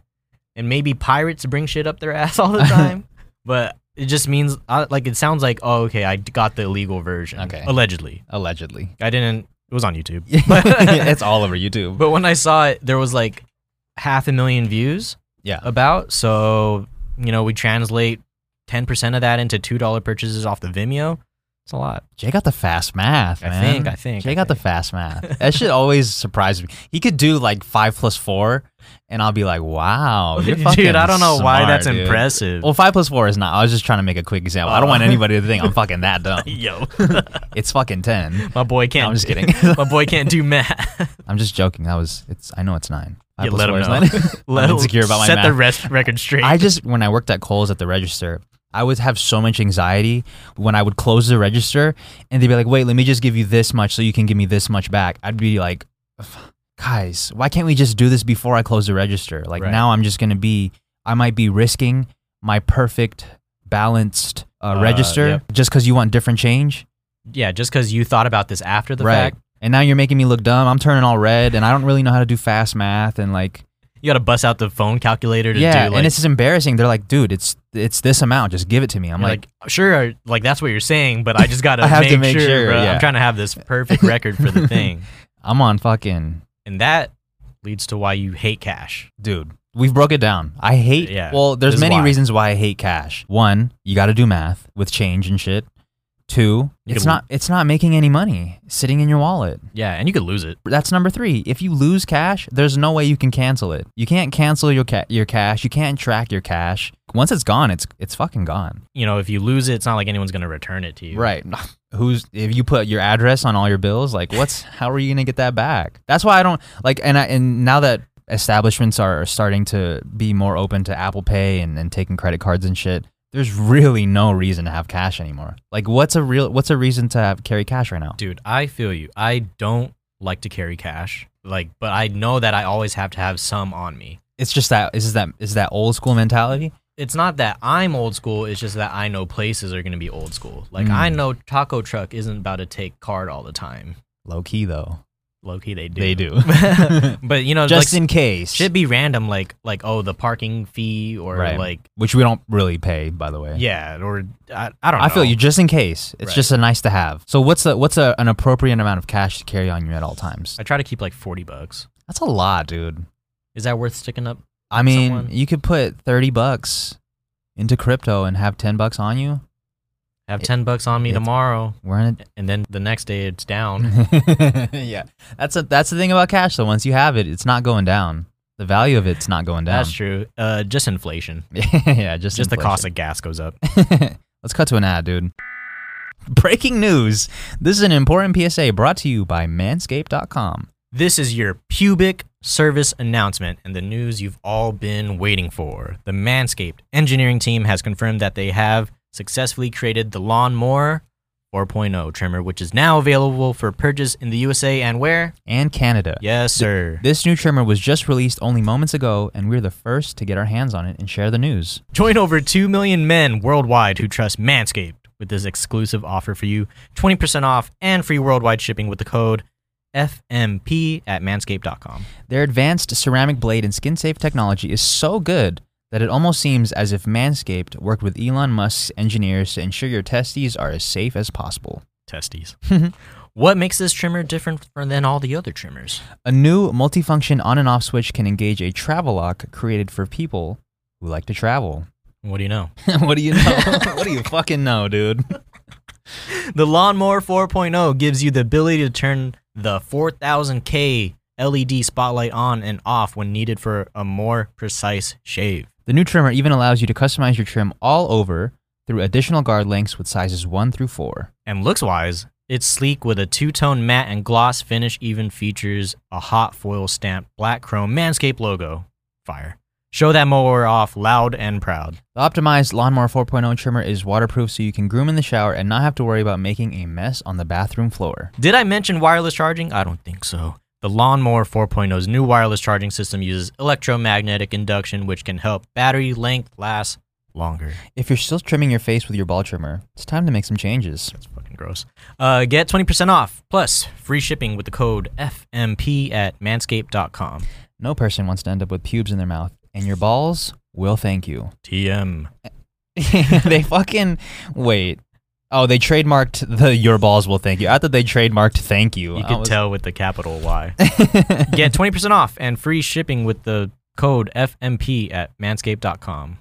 B: And maybe pirates bring shit up their ass all the time, but it just means uh, like it sounds like oh okay, I got the illegal version
A: Okay.
B: allegedly.
A: Allegedly.
B: I didn't it was on YouTube.
A: it's all over YouTube.
B: But when I saw it there was like half a million views
A: Yeah.
B: about, so you know, we translate 10% of that into $2 purchases off the Vimeo. It's a lot.
A: Jay got the fast math,
B: I
A: man.
B: think, I think,
A: Jay
B: I
A: got the fast math. That shit always surprised me. He could do like five plus four, and I'll be like, wow. Oh, You're fucking
B: dude, I don't know why
A: smart,
B: that's
A: dude." Oh,
B: impressive.
A: Well, five plus four is not. I was just trying to make a quick example. I don't
B: Oh.
A: want anybody to think I'm fucking that dumb.
B: Yo,
A: It's fucking ten.
B: my boy can't.
A: I'm just
B: do-
A: kidding.
B: my boy can't do math.
A: I'm just joking. That was. It's. I know it's nine. Five
B: Yeah,
A: plus
B: let him
A: four is
B: know.
A: nine. I'm
B: Let-
A: insecure about my
B: set the
A: math.
B: rest record straight.
A: I just when I worked at Kohl's at the register, I would have so much anxiety when I would close the register and they'd be like, "Wait, let me just give you this much so you can give me this much back." I'd be like, "Guys, why can't we just do this before I close the register?" Like
B: Right.
A: now I'm just going to be I might be risking my perfect balanced uh,
B: Uh,
A: register
B: yep.
A: just cuz you want different change.
B: yeah, just because you thought about this after the fact,
A: And now you're making me look dumb. I'm turning all red and I don't really know how to do fast math and like
B: you got to bust out the phone calculator to
A: yeah,
B: do. Like,
A: and it's just embarrassing. They're like, "Dude, it's it's this amount. Just give it to me." I'm
B: you're
A: like
B: like, sure, like that's what you're saying, but I just gotta
A: I have
B: make,
A: to make
B: sure,
A: sure,
B: bro.
A: yeah.
B: I'm trying to have this perfect record for the thing,
A: I'm on fucking
B: and that leads to why you hate cash.
A: dude. We've broke it down. I hate.
B: Yeah,
A: well, there's
B: this is
A: many
B: why.
A: reasons why I hate cash. One, you got to do math with change and shit. Two,
B: You
A: it's
B: can-
A: not it's not making any money sitting in your wallet.
B: Yeah, and you could lose it.
A: That's number three. If you lose cash, there's no way you can cancel it. You can't cancel your ca- your cash. You can't track your cash. Once it's gone, it's it's fucking gone.
B: You know, if you lose it, it's not like anyone's gonna return it to you.
A: Right. Who's if you put your address on all your bills, like what's how are you gonna get that back? That's why I don't like and I, and now that establishments are starting to be more open to Apple Pay and, and taking credit cards and shit, there's really no reason to have cash anymore. Like what's a real what's a reason to have carry cash right now?
B: Dude, I feel you. I don't like to carry cash, like, but I know that I always have to have some on me.
A: It's just that is that is that old school mentality?
B: It's not that I'm old school. It's just that I know places are going to be old school. Like
A: Mm.
B: I know Taco Truck isn't about to take card all the time.
A: Low key though.
B: low key they do.
A: They do.
B: but you know,
A: Just
B: like,
A: in case.
B: should be random, like like oh the parking fee or
A: Right.
B: like
A: Which we don't really pay, by the way.
B: yeah or I, I don't. know.
A: I feel you just in case. It's
B: Right.
A: just a nice to have. So what's a, what's a, an appropriate amount of cash to carry on you at all times?
B: I try to keep like forty bucks.
A: That's a lot, dude.
B: Is that worth sticking up?
A: I mean,
B: Someone-
A: you could put 30 bucks into crypto and have 10 bucks on you.
B: Have
A: It-
B: ten bucks on me
A: it-
B: tomorrow,
A: We're in
B: and then the next day it's down.
A: it. yeah. That's a, that's the thing about cash though. Once you have it, it's not going down. The value of it's not going down.
B: That's true. Uh, just inflation.
A: yeah, just
B: Just the
A: inflation.
B: cost of gas goes up.
A: Let's cut to an ad, dude. Breaking news. This is an important PSA brought to you by manscaped.com.
B: This is your pubic service announcement and the news you've all been waiting for. The Manscaped engineering team has confirmed that they have successfully created the Lawnmower 4.0 trimmer, which is now available for purchase in the USA and where?
A: And Canada.
B: Yes, sir.
A: This new trimmer was just released only moments ago, and we're the first to get our hands on it and share the news.
B: Join over 2 million men worldwide who trust Manscaped with this exclusive offer for you 20% off and free worldwide shipping with the code FMP at manscaped.com.
A: Their advanced ceramic blade and skin safe technology is so good that it almost seems as if Manscaped worked with Elon Musk's engineers to ensure your testes are as safe as possible.
B: testes. what makes this trimmer different from than all the other trimmers?
A: A new multifunction on and off switch can engage a travel lock created for people who like to travel.
B: What do you know?
A: what do you know? what do you fucking know, dude?
B: The Lawnmower 4.0 gives you the ability to turn the 4000K LED E spotlight on and off when needed for a more precise shave.
A: The new trimmer even allows you to customize your trim all over through additional guard lengths with sizes 1 through 4.
B: And looks wise, it's sleek with a two tone matte and gloss finish, even features a hot foil stamped black chrome Manscaped logo. Fire. Show that mower off loud and proud.
A: The optimized Lawnmower 4.0 trimmer is waterproof so you can groom in the shower and not have to worry about making a mess on the bathroom floor.
B: Did I mention wireless charging? I don't think so. The Lawnmower 4.0's new wireless charging system uses electromagnetic induction, which can help battery length last longer.
A: If you're still trimming your face with your ball trimmer, it's time to make some changes.
B: That's fucking gross. Uh, get 20% off plus free shipping with the code FMP at manscaped.com.
A: No person wants to end up with pubes in their mouth, and your balls will thank you.
B: TM.
A: they fucking wait. Oh, they trademarked the "Your balls will thank you." I thought they trademarked "Thank you."
B: You
A: I
B: can
A: was-
B: tell with the capital Y. get 20% off and free shipping with the code FMP at manscaped.com.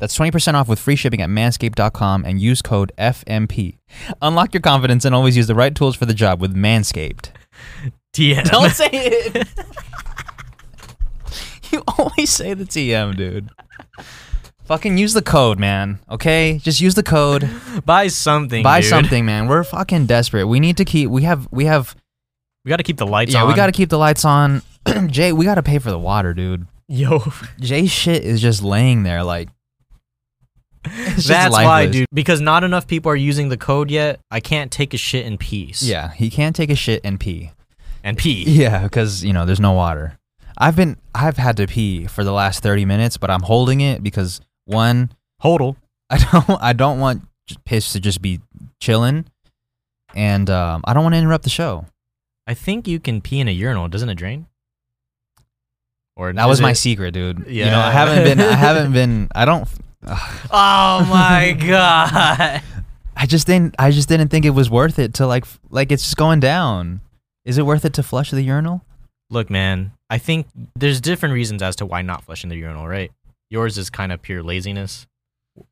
A: That's twenty percent off with free shipping at manscaped.com and use code FMP. Unlock your confidence and always use the right tools for the job with Manscaped.
B: TM.
A: Don't say it. you always say the TM, dude. Fucking use the code, man. Okay, just use the code.
B: Buy something.
A: Buy
B: dude.
A: something, man. We're fucking desperate. We need to keep. We have. We have.
B: We got to keep the lights
A: yeah,
B: on.
A: we got to keep the lights on. Jay, we got to pay for the water, dude.
B: Yo.
A: Jay's shit is just laying there, like. It's just
B: That's why,
A: lifeless.
B: dude. Because not enough people are using the code yet. I can't take a shit in peace.
A: Yeah, he can't take a shit and pee.
B: And pee.
A: Yeah, because you know there's no water. I've been. I've had to pee for the last thirty minutes, but I'm holding it because one,
B: Hodl.
A: I don't. I don't want j- piss to just be chilling, and um, I don't want to interrupt the show.
B: I think you can pee in a urinal. Doesn't it drain? Or
A: That
B: is
A: was my
B: it-
A: secret, dude. You know,
B: Yeah.
A: I haven't been. I haven't been. I don't.
B: Oh my god.
A: I just didn't. I just didn't think it was worth it to like. f- Like it's just going down. Is it worth it to flush the urinal?
B: Look, man. I think there's different reasons as to why not flushing the urinal, right? Yours is kind of pure laziness.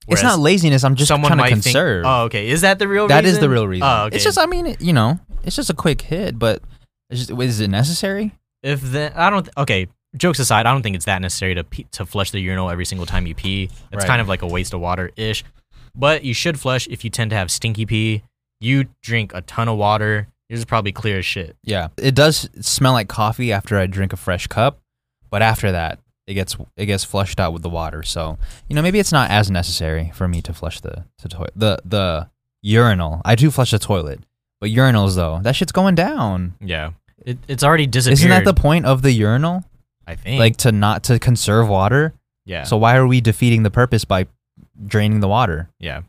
A: it's not laziness. I'm just
B: someone
A: trying to
B: might think-
A: conserve.
B: oh, okay. Is that the real?
A: That is
B: reason?
A: the real reason.
B: Oh, okay.
A: It's just. I mean, it- you know, it's just a quick hit, but it's just, is it necessary?
B: if the I don't okay. Jokes aside, I don't think it's that necessary to pee, to flush the urinal every single time you pee. It's
A: Right.
B: kind of like a waste of water ish. But you should flush if you tend to have stinky pee. You drink a ton of water. Yours is probably clear as shit.
A: Yeah, it does smell like coffee after I drink a fresh cup, but after that, it gets it gets flushed out with the water. So you know, maybe it's not as necessary for me to flush the to toi- the the urinal. I do flush the toilet, but urinals though, that shit's going down.
B: Yeah, it, it's already disappeared.
A: Isn't that the point of the urinal?
B: I think
A: Like to not to conserve water.
B: yeah
A: So why are we defeating the purpose by draining the water?
B: yeah.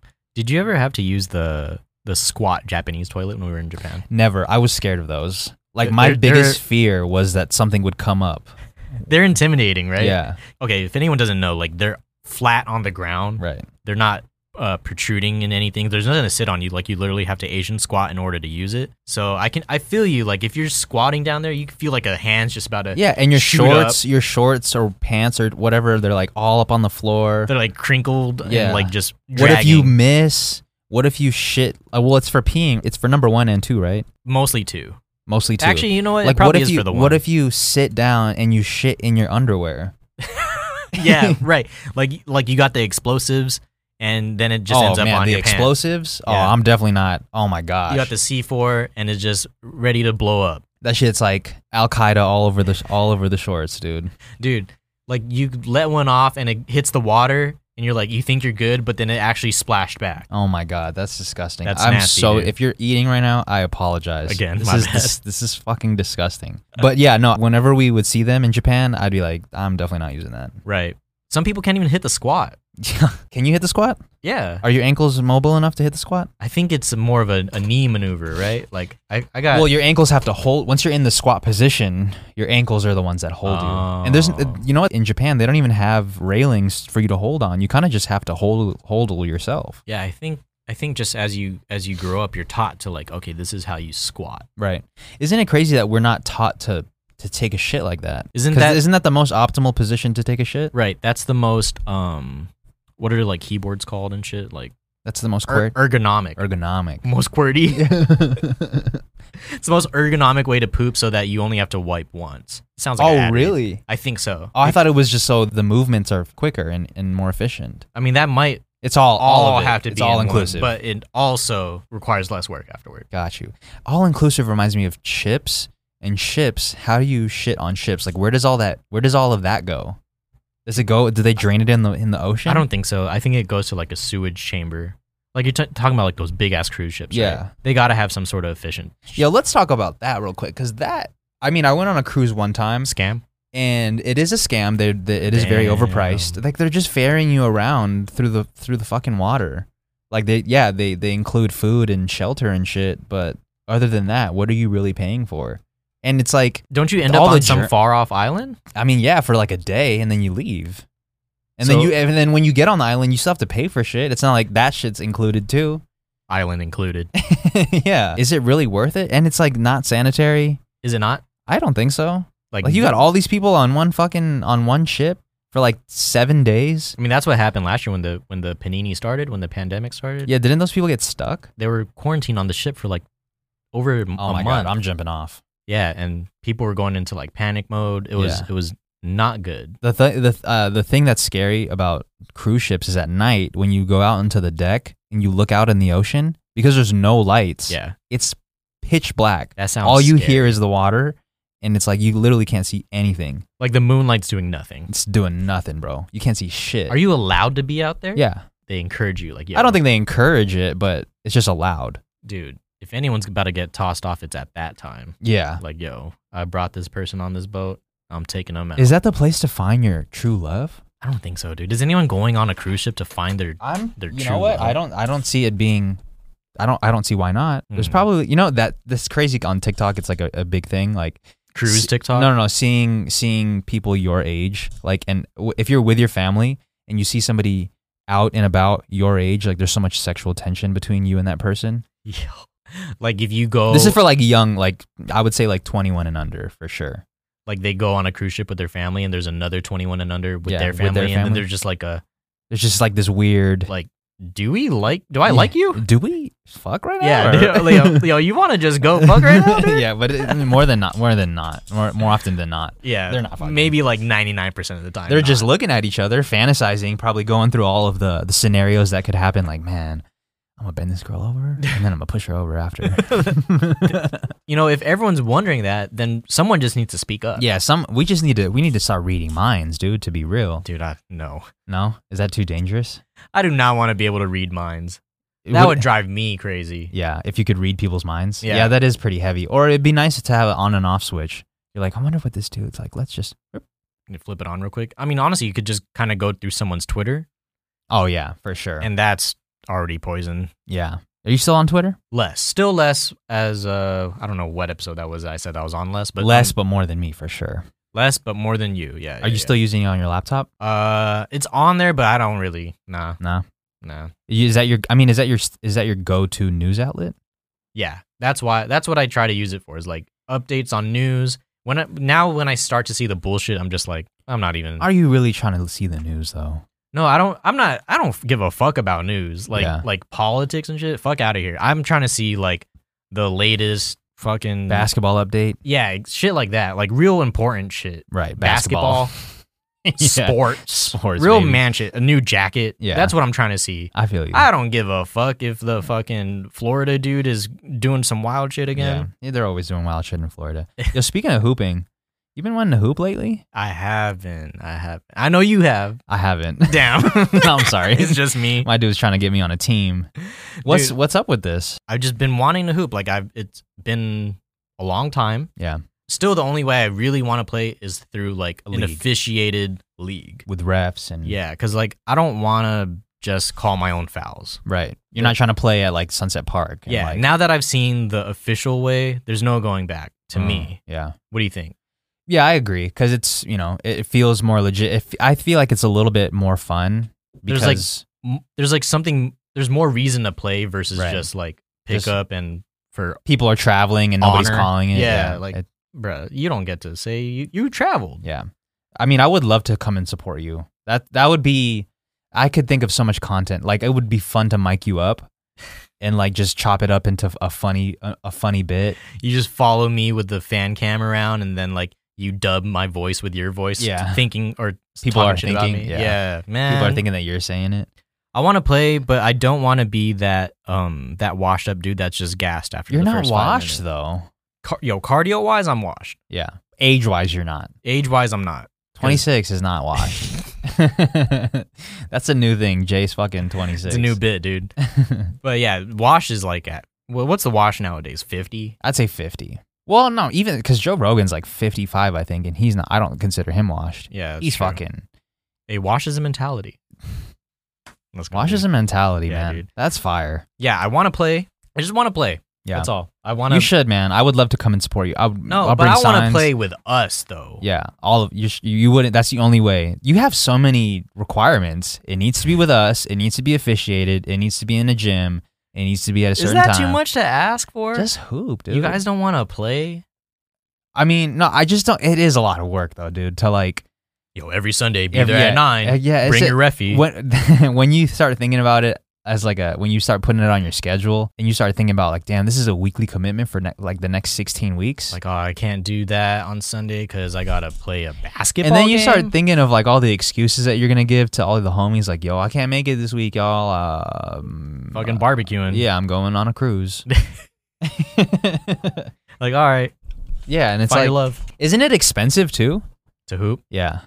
B: Did you ever have to use the the squat Japanese toilet when we were in Japan?
A: Never. I was scared of those. Like my
B: They're-
A: biggest fear was that something would come up.
B: They're intimidating, right?
A: Yeah.
B: Okay, if anyone doesn't know, like they're flat on the ground.
A: Right.
B: They're not uh, protruding in anything. There's nothing to sit on you. Like you literally have to Asian squat in order to use it. So I can I feel you. Like if you're squatting down there, you feel like a hand's just about to.
A: Yeah, and your
B: Shoot
A: shorts, your shorts or pants or whatever, they're like all up on the floor.
B: They're like crinkled
A: Yeah.
B: and like just.
A: What if you
B: dragging.
A: miss? What if you shit? Uh, well, it's for peeing. It's for number one and two, right?
B: mostly two?
A: Mostly two.
B: Actually, you know what? it
A: like
B: probably
A: what if
B: is
A: you
B: for the one.
A: what if you sit down and you shit in your underwear?
B: yeah, right. Like like you got the explosives, and then it just
A: oh
B: ends up
A: man,
B: on
A: the
B: your pants.
A: explosives.
B: Yeah.
A: Oh, I'm definitely not. Oh my gosh,
B: You got the C four, and it's just ready to blow up,
A: that shit's like Al Qaeda all over the all over the shorts, dude.
B: dude. Like you let one off, and it hits the water, and you're like, you think you're good, but then it actually splashed back.
A: Oh my god, that's disgusting.
B: That's
A: I'm
B: nasty,
A: so.
B: dude.
A: If you're eating right now, I apologize.
B: Again,
A: this
B: my
A: is
B: bad.
A: This, this is fucking disgusting. But yeah, no. Whenever we would see them in Japan, I'd be like, I'm definitely not using that.
B: Right. Some people can't even hit the squat.
A: Can you hit the squat?
B: Yeah,
A: Are your ankles mobile enough to hit the squat?
B: I think it's more of a, a knee maneuver, right? Like I, I got
A: Well, your ankles have to hold. Once you're in the squat position, your ankles are the ones that hold you. And there's,
B: Oh.
A: you know what? In Japan, they don't even have railings for you to hold on. You kind of just have to hold hold yourself.
B: yeah. I think I think just as you as you grow up, you're taught to like, okay, this is how you squat.
A: Right. Isn't it crazy that we're not taught to to take a shit like that?
B: Isn't
A: 'Cause
B: that-
A: isn't that the most optimal position to take a shit?
B: Right. That's the most um, what are like keyboards called and shit like.
A: That's the most
B: Er-
A: quir-
B: ergonomic.
A: ergonomic.
B: most QWERTY. it's the most ergonomic way to poop so that you only have to wipe once. It sounds like an
A: oh,
B: ad read.
A: really?
B: I think so.
A: Oh, I thought it was just so the movements are quicker and, and more efficient.
B: I mean, that might
A: It's all
B: all,
A: of it.
B: have to
A: it's
B: be
A: all
B: in one,
A: inclusive.
B: but it also requires less work afterward.
A: Got you. All inclusive reminds me of chips and ships. How do you shit on ships? Like where does all that where does all of that go? Does it go do they drain it in the in the ocean?
B: I don't think so. I think it goes to like a sewage chamber. Like you're t- talking about like those big ass cruise ships. right?
A: Yeah.
B: They got to have some sort of efficient
A: Yo, let's talk about that real quick cuz that I mean, I went on a cruise one time
B: scam.
A: and it is a scam. They they- it is very
B: Damn.
A: overpriced. Like they're just ferrying you around through the through the fucking water. Like they yeah, they they include food and shelter and shit, but other than that, what are you really paying for? And it's like
B: Don't you end
A: All
B: up
A: the
B: on some
A: jur-
B: far off island?
A: I mean, yeah, for like a day, and then you leave, and then
B: So-
A: you and then when you get on the island, you still have to pay for shit. It's not like that shit's included too.
B: Island included.
A: yeah, is it really worth it? And it's like not sanitary.
B: Is it not?
A: I don't think so. Like you got all these people on one fucking on one ship for like seven days.
B: I mean, that's what happened last year when the when the panini started, when the pandemic started.
A: Yeah, didn't those people get stuck?
B: they were quarantined on the ship for like over a m-
A: Oh
B: a
A: my
B: month.
A: god, I'm jumping off.
B: yeah, and people were going into like panic mode. It was
A: Yeah.
B: it was not good.
A: The th- the th- uh, the thing that's scary about cruise ships is at night when you go out into the deck and you look out in the ocean because there's no lights.
B: Yeah,
A: it's pitch black.
B: that sounds.
A: all you
B: scary.
A: hear is the water and it's like you literally can't see anything
B: like the moonlight's doing nothing.
A: it's doing nothing bro you can't see shit
B: Are you allowed to be out there?
A: yeah.
B: they encourage you. Like, yeah,
A: i don't think they encourage it but it's just allowed
B: dude. If anyone's about to get tossed off, it's at that time.
A: yeah
B: Like, yo, I brought this person on this boat. I'm taking them out.
A: is that the place to find your true love
B: I don't think so, dude. Is anyone going on a cruise ship to find their?
A: i'm
B: Their
A: you
B: true
A: know what
B: love.
A: i don't i don't see it being i don't i don't see why not there's
B: Hmm.
A: probably you know that this crazy on tiktok it's like a, a big thing like
B: Cruise
A: S-
B: TikTok?
A: No, no, no. Seeing seeing people your age, like, and w- if you're with your family and you see somebody out and about your age, like, there's so much sexual tension between you and that person.
B: Yo. Like if you go,
A: This is for like young, like I would say like 21 and under for sure.
B: like they go on a cruise ship with their family and there's another 21 and under with,
A: Yeah,
B: their,
A: with
B: family,
A: their
B: and then
A: family.
B: they're just like a
A: There's just like this weird.
B: like do we like do i like you
A: Do we fuck right
B: yeah
A: now?
B: Leo,
A: or-
B: Leo, Leo, you want to just go fuck right now dude?
A: yeah, but it, more than not, more than not, more more often than not,
B: yeah
A: They're not fucking.
B: maybe like 99% of the time
A: they're
B: not.
A: just looking at each other, fantasizing, probably going through all of the the scenarios that could happen. Like, man, I'm gonna bend this girl over, and then I'm gonna push her over after.
B: you know if everyone's wondering that then someone just needs to speak up
A: Yeah, some we just need to we need to start reading minds, dude, to be real.
B: dude i no
A: No? Is that too dangerous?
B: i do not want to be able to read minds
A: It
B: that would drive me crazy
A: Yeah, if you could read people's minds.
B: Yeah.
A: Yeah. that is pretty heavy. Or it'd be nice to have an on and off switch. You're like, I wonder what this dude's like. Let's just
B: Can you flip it on real quick i mean honestly you could just kind of go through someone's twitter
A: Oh yeah, for sure.
B: and that's already poison
A: yeah. Are you still on Twitter?
B: Less, still less as uh, I don't know what episode that was. that I said that I was on less, but
A: Less,
B: um,
A: but more than me for sure.
B: less, but more than you. Yeah.
A: Are you still using it on your laptop?
B: Uh, it's on there, but I don't really. Nah,
A: No.
B: nah.
A: Is that your? I mean, is that your? Is that your go-to news outlet?
B: Yeah, that's why. That's what I try to use it for. Is like updates on news. When I, now when I start to see the bullshit, I'm just like, I'm not even.
A: Are you really trying to see the news though?
B: No, I don't. I'm not. I don't give a fuck about news, like
A: Yeah.
B: like politics and shit. Fuck out of here. I'm trying to see like the latest fucking
A: Basketball update,
B: Yeah, shit like that. Like real important shit.
A: right?
B: Basketball,
A: Yeah.
B: sports,
A: Sports,
B: real
A: baby.
B: man shit. A new jacket.
A: Yeah.
B: that's what I'm trying to see.
A: I feel you.
B: I don't give a fuck if the fucking Florida dude is doing some wild shit again.
A: Yeah. Yeah, they're always doing wild shit in Florida. Yo, speaking of hooping, you've been wanting to hoop lately?
B: I haven't. I haven't. I know you have.
A: I haven't.
B: Damn.
A: I'm sorry.
B: it's just me.
A: My dude's trying to get me on a team. What's
B: Dude.
A: what's up with this?
B: I've just been wanting to hoop. Like I've. It's been a long time.
A: Yeah.
B: Still, the only way I really want to play is through like
A: A Mm.
B: an
A: league.
B: officiated league.
A: With refs and
B: Yeah, because like I don't want to just call my own fouls.
A: right. You're
B: Yeah.
A: not trying to play at like Sunset Park. and,
B: Yeah.
A: like-
B: now that I've seen the official way, there's no going back to
A: Mm,
B: me.
A: Yeah.
B: What do you think?
A: Yeah, I agree because it's you know it it feels more legit. It, f- I feel like it's a little bit more fun
B: There's, like,
A: because
B: M- There's like something. There's more reason to play versus
A: Right.
B: just like pick
A: Just-
B: up and for
A: people are traveling and nobody's
B: Honor.
A: calling it.
B: Yeah, like-
A: It-
B: bruh. You don't get to say you, you traveled.
A: yeah. I mean, I would love to come and support you. That that would be. I could think of so much content. Like it would be fun to mic you up, and like just chop it up into a funny a, a funny bit.
B: You just follow me with the fan cam around, and then like you dub my voice with your voice.
A: Yeah.
B: thinking or
A: People
B: talking
A: are
B: shit about
A: thinking,
B: me.
A: yeah.
B: man.
A: People are thinking that you're saying it.
B: I want to play, but I don't want to be that um that washed up dude that's just gassed after.
A: You're
B: the
A: not
B: first five
A: washed
B: minutes.
A: though.
B: Car- Yo, cardio wise, I'm washed.
A: Yeah. Age wise, you're not.
B: Age wise, I'm not.
A: 26 is not washed. That's a new thing. Jay's fucking 26.
B: It's a new bit, dude. But yeah, wash is like at well, what's the wash nowadays? Fifty.
A: I'd say 50. Well, no, even because Joe Rogan's like 55, I think, and he's not, I don't consider him washed.
B: Yeah, that's
A: he's
B: true.
A: fucking,
B: A wash is a mentality. Let's go,
A: wash is
B: dude.
A: a mentality,
B: Yeah,
A: man.
B: dude.
A: That's fire.
B: Yeah, I want to play. I just want to play.
A: Yeah.
B: That's all. I want to.
A: you should, man. I would love to come and support you. I, would-
B: no,
A: I'll
B: but
A: bring
B: I want to
A: signs.
B: play with us though.
A: Yeah, all of you, sh- you wouldn't. That's the only way. You have so many requirements. It needs to be with us. It needs to be officiated. It needs to be in a gym. It needs to be at a certain
B: Is that
A: time.
B: too much to ask for?
A: Just hoop, dude.
B: you guys don't want to play.
A: I mean, no, I just don't. It is a lot of work, though, dude. To like,
B: Yo, every Sunday, be
A: Every-
B: there
A: yeah,
B: at nine.
A: uh, yeah, it's
B: Bring
A: a-
B: your refie.
A: when when you start thinking about it as like a when you start putting it on your schedule and you start thinking about like, damn, this is a weekly commitment for ne- like the next sixteen weeks.
B: Like, oh, I can't do that on Sunday because I gotta play a basketball.
A: and then you
B: game?
A: start thinking of like all the excuses that you're gonna give to all the homies, like, yo, I can't make it this week, y'all. Um,
B: fucking barbecuing.
A: Yeah, I'm going on a cruise.
B: Like, all right,
A: yeah, and it's
B: find
A: like,
B: love
A: isn't it expensive too?
B: to hoop.
A: Yeah.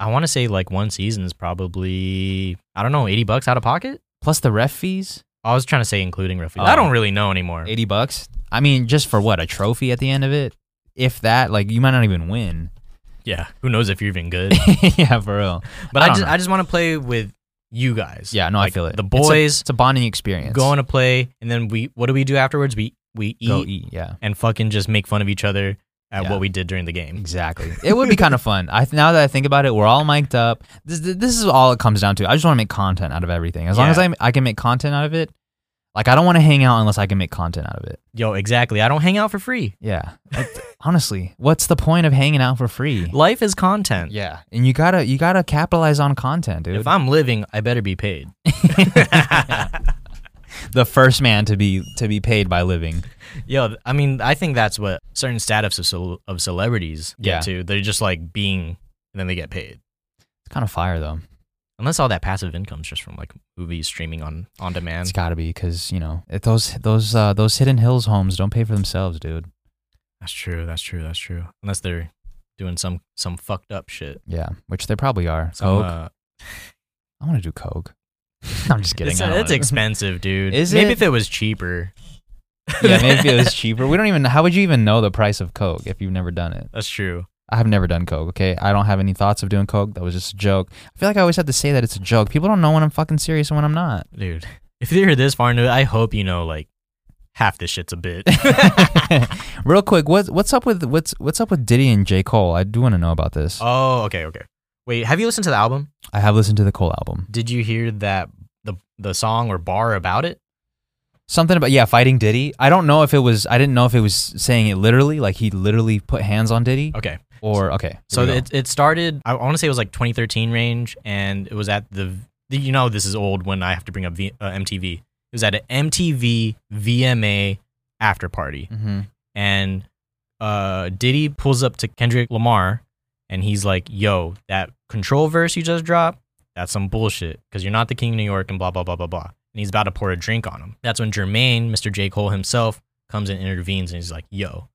B: I want to say like one season is probably I don't know eighty bucks out of pocket.
A: Plus the ref fees,
B: I was trying to say including referees.
A: Oh.
B: I don't really know anymore.
A: eighty bucks. I mean, just for what a trophy at the end of it, if that. Like, you might not even win.
B: Yeah, who knows if you're even good?
A: yeah, for real.
B: But
A: I
B: I,
A: don't
B: just
A: know.
B: I just want to play with you guys.
A: Yeah, no, I
B: Like,
A: feel it.
B: The
A: It's a- it's a,
B: boys
A: bonding experience.
B: going to play, and then we what do we do afterwards? We we eat,
A: Go eat. Yeah,
B: and fucking just make fun of each other at
A: Yeah.
B: what we did during the game.
A: exactly. it would be kind of fun. I now that I think about it, we're all mic'd up. This this is all it comes down to. I just want to make content out of everything. As long as I I can make content out of it, like I don't want to hang out unless I can make content out of it.
B: Yo, exactly. I don't hang out for free.
A: Yeah. It- honestly, what's the point of hanging out for free?
B: Life is content.
A: Yeah, and you gotta you gotta capitalize on content, dude.
B: If I'm living, I better be paid.
A: the first man to be to be paid by living.
B: Yo, th- I mean, I think that's what certain status of, cel- of celebrities get
A: Yeah.
B: to. They're just like being, and then they get paid.
A: It's kind of fire though.
B: Unless all that passive income's just from like movies streaming on on demand.
A: It's gotta be because you know it, those those uh, those hidden hills homes don't pay for themselves, dude.
B: That's true. That's true. That's true. Unless they're doing some some fucked up shit.
A: Yeah, which they probably are.
B: Some,
A: Coke.
B: uh,
A: I want to do coke. I'm just kidding.
B: it's,
A: I don't
B: it's
A: wanna-
B: expensive, dude.
A: Is
B: Maybe
A: it?
B: if it was cheaper.
A: yeah, maybe it was cheaper. We don't even. How would you even know the price of coke if you've never done it?
B: That's true.
A: I have never done coke. Okay, I don't have any thoughts of doing coke. That was just a joke. I feel like I always have to say that it's a joke. People don't know when I'm fucking serious and when I'm not.
B: Dude. if you're this far into it, I hope you know like half this shit's a bit.
A: Real quick, what's what's up with what's what's up with Diddy and J Cole? I do want to know about this.
B: oh, okay, okay. Wait, have you listened to the album?
A: I have listened to the Cole album.
B: Did you hear that the the song or bar about it?
A: Something about yeah, fighting Diddy. I don't know if it was. I didn't know if it was saying it literally, like he literally put hands on Diddy,
B: Okay.
A: or okay. here
B: So
A: we go.
B: it it started I want to say it was like 2013 range and it was at the the- you know this is old when I have to bring up v, uh, MTV. It was at an MTV VMA after party.
A: Mhm.
B: and uh, Diddy pulls up to Kendrick Lamar, and he's like, "Yo, that control verse you just dropped, that's some bullshit because you're not the king of New York and blah blah blah blah blah." And he's about to pour a drink on him. That's when Jermaine, Mr. J Cole himself, comes and intervenes, and he's like, "Yo,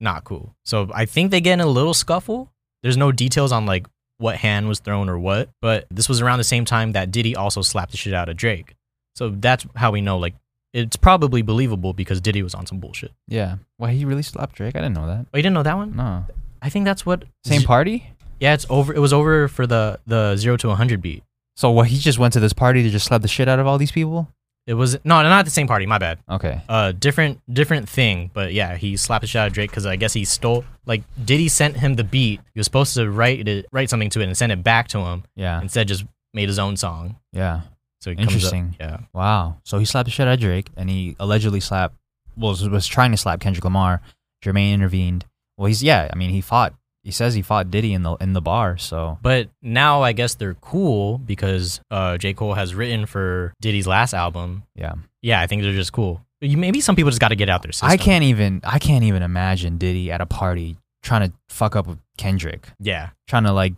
B: not cool." So I think they get in a little scuffle. There's no details on like what hand was thrown or what, but this was around the same time that Diddy also slapped the shit out of Drake. So that's how we know like it's probably believable because Diddy was on some bullshit.
A: Yeah. Why he really slapped Drake? I didn't know that.
B: Oh, you didn't know that one?
A: No.
B: I think that's what
A: Same party.
B: Yeah, it's over. It was over for the the zero to hundred beat.
A: So what? He just went to this party to just slap the shit out of all these people.
B: It was no, not the same party. My bad.
A: Okay.
B: Uh, different different thing. But yeah, he slapped the shit out of Drake because I guess he stole. Like, Diddy sent him the beat. He was supposed to write it, write something to it, and send it back to him.
A: Yeah.
B: Instead, just made his own song.
A: Yeah.
B: So it
A: Interesting.
B: Comes up, yeah.
A: Wow. So he slapped the shit out of Drake, and he allegedly slapped, was was trying to slap Kendrick Lamar. Jermaine intervened. Well, he's yeah. I mean, he fought. He says he fought Diddy in the in the bar. So
B: But now I guess they're cool because uh, J Cole has written for Diddy's last album.
A: yeah,
B: Yeah, I think they're just cool. You- Maybe some people just got to get out their system.
A: I can't even I can't even imagine Diddy at a party trying to fuck up with Kendrick,
B: Yeah.
A: trying to like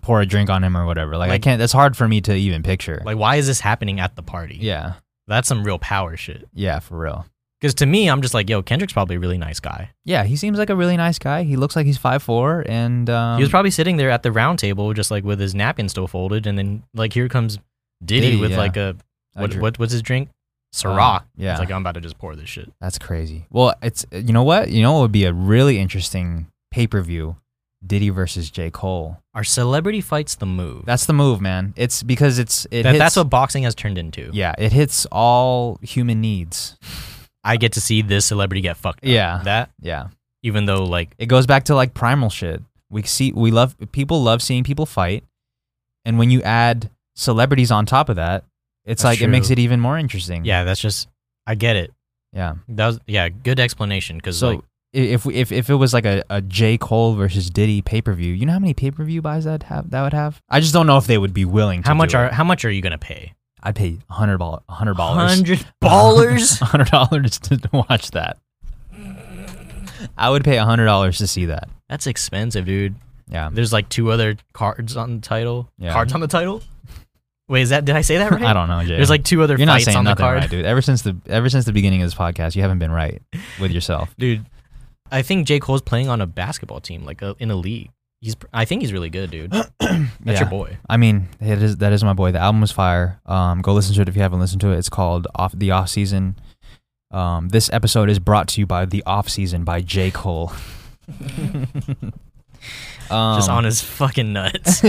A: pour a drink on him or whatever. Like, I
B: Like-
A: can't. That's hard for me to even picture.
B: Like, why is this happening at the party?
A: yeah,
B: That's some real power shit.
A: yeah, for real.
B: Because to me, I'm just like, yo, Kendrick's probably a really nice guy.
A: Yeah, he seems like a really nice guy. He looks like he's five four, and um,
B: he was probably sitting there at the round table, just like with his napkin still folded, and then like here comes Diddy,
A: Diddy,
B: with
A: yeah.
B: like a
A: a
B: what,
A: drink.
B: what what's his drink? Ciroc.
A: uh, yeah.
B: It's like I'm about to just pour this shit.
A: That's crazy. Well, it's uh, you know what? You know what would be a really interesting pay per view? Diddy versus J. Cole.
B: Our celebrity fights the move.
A: That's the move, man. It's because it's it
B: That-
A: hits,
B: that's what boxing has turned into.
A: yeah, it hits all human needs.
B: I get to see this celebrity get fucked. Up.
A: Yeah.
B: that
A: Yeah.
B: even though like
A: It goes back to like primal shit. We see we love people love seeing people fight. And when you add celebrities on top of that, it's
B: That's
A: like
B: true.
A: it makes it even more interesting.
B: yeah, that's just I get it.
A: Yeah.
B: That was yeah, good explanation because
A: So
B: like
A: i- if we, if if it was like a, a J Cole versus Diddy pay per view, you know how many pay per view buys that have that would have? I just don't know if they would be willing. to
B: how much
A: do
B: are
A: it.
B: how much are you gonna pay?
A: I'd pay hundred dollars, hundred dollars,
B: Hundred dollars.
A: hundred dollars to watch that. I would pay hundred dollars to see that.
B: That's expensive, dude.
A: Yeah,
B: There's like two other cards on the title.
A: Yeah.
B: Cards on the title? Wait, is that did I say that right?
A: I don't know, Jay.
B: There's like two other
A: you're not
B: fights
A: saying
B: on the
A: nothing
B: card.
A: right, dude. Ever since the ever since the beginning of this podcast, you haven't been right with yourself.
B: Dude, I think J. Cole's playing on a basketball team, like a, in a league. He's pr- I think he's really good, dude. That's
A: Yeah.
B: your boy.
A: I mean, it is that is my boy. The album was fire. Um, go listen to it if you haven't listened to it. It's called Off the Off Season. Um, this episode is brought to you by The Off Season by J Cole. um,
B: Just on his fucking nuts.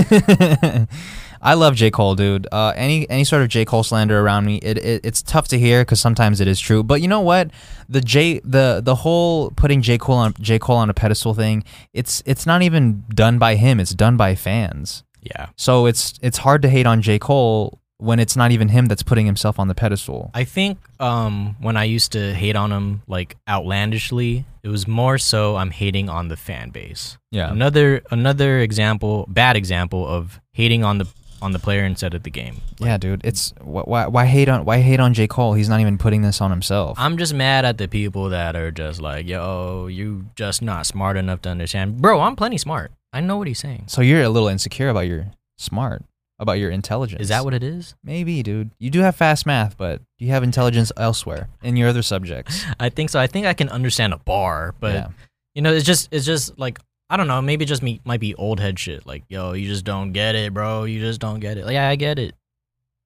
A: I love J Cole, dude. Uh, any any sort of J Cole slander around me, it, it it's tough to hear because sometimes it is true. But you know what? The J the the whole putting J Cole on J Cole on a pedestal thing, it's it's not even done by him. It's done by fans.
B: yeah.
A: So it's it's hard to hate on J. Cole when it's not even him that's putting himself on the pedestal.
B: I think um, when I used to hate on him like outlandishly, it was more so I'm hating on the fan base.
A: Yeah.
B: Another another example, bad example of hating on the on the player instead of the game.
A: Yeah, dude. It's wh- why why hate on why hate on J. Cole? He's not even putting this on himself.
B: I'm just mad at the people that are just like, yo, you just not smart enough to understand. Bro, I'm plenty smart. I know what he's saying.
A: so you're a little insecure about your smart, about your intelligence.
B: Is that what it is?
A: Maybe, dude. You do have fast math, but you have intelligence elsewhere in your other subjects.
B: I think so. I think I can understand a bar, but
A: yeah.
B: you know, it's just it's just like I don't know, maybe just me might be old head shit. Like, yo, you just don't get it, bro. You just don't get it. Like, yeah, I get it.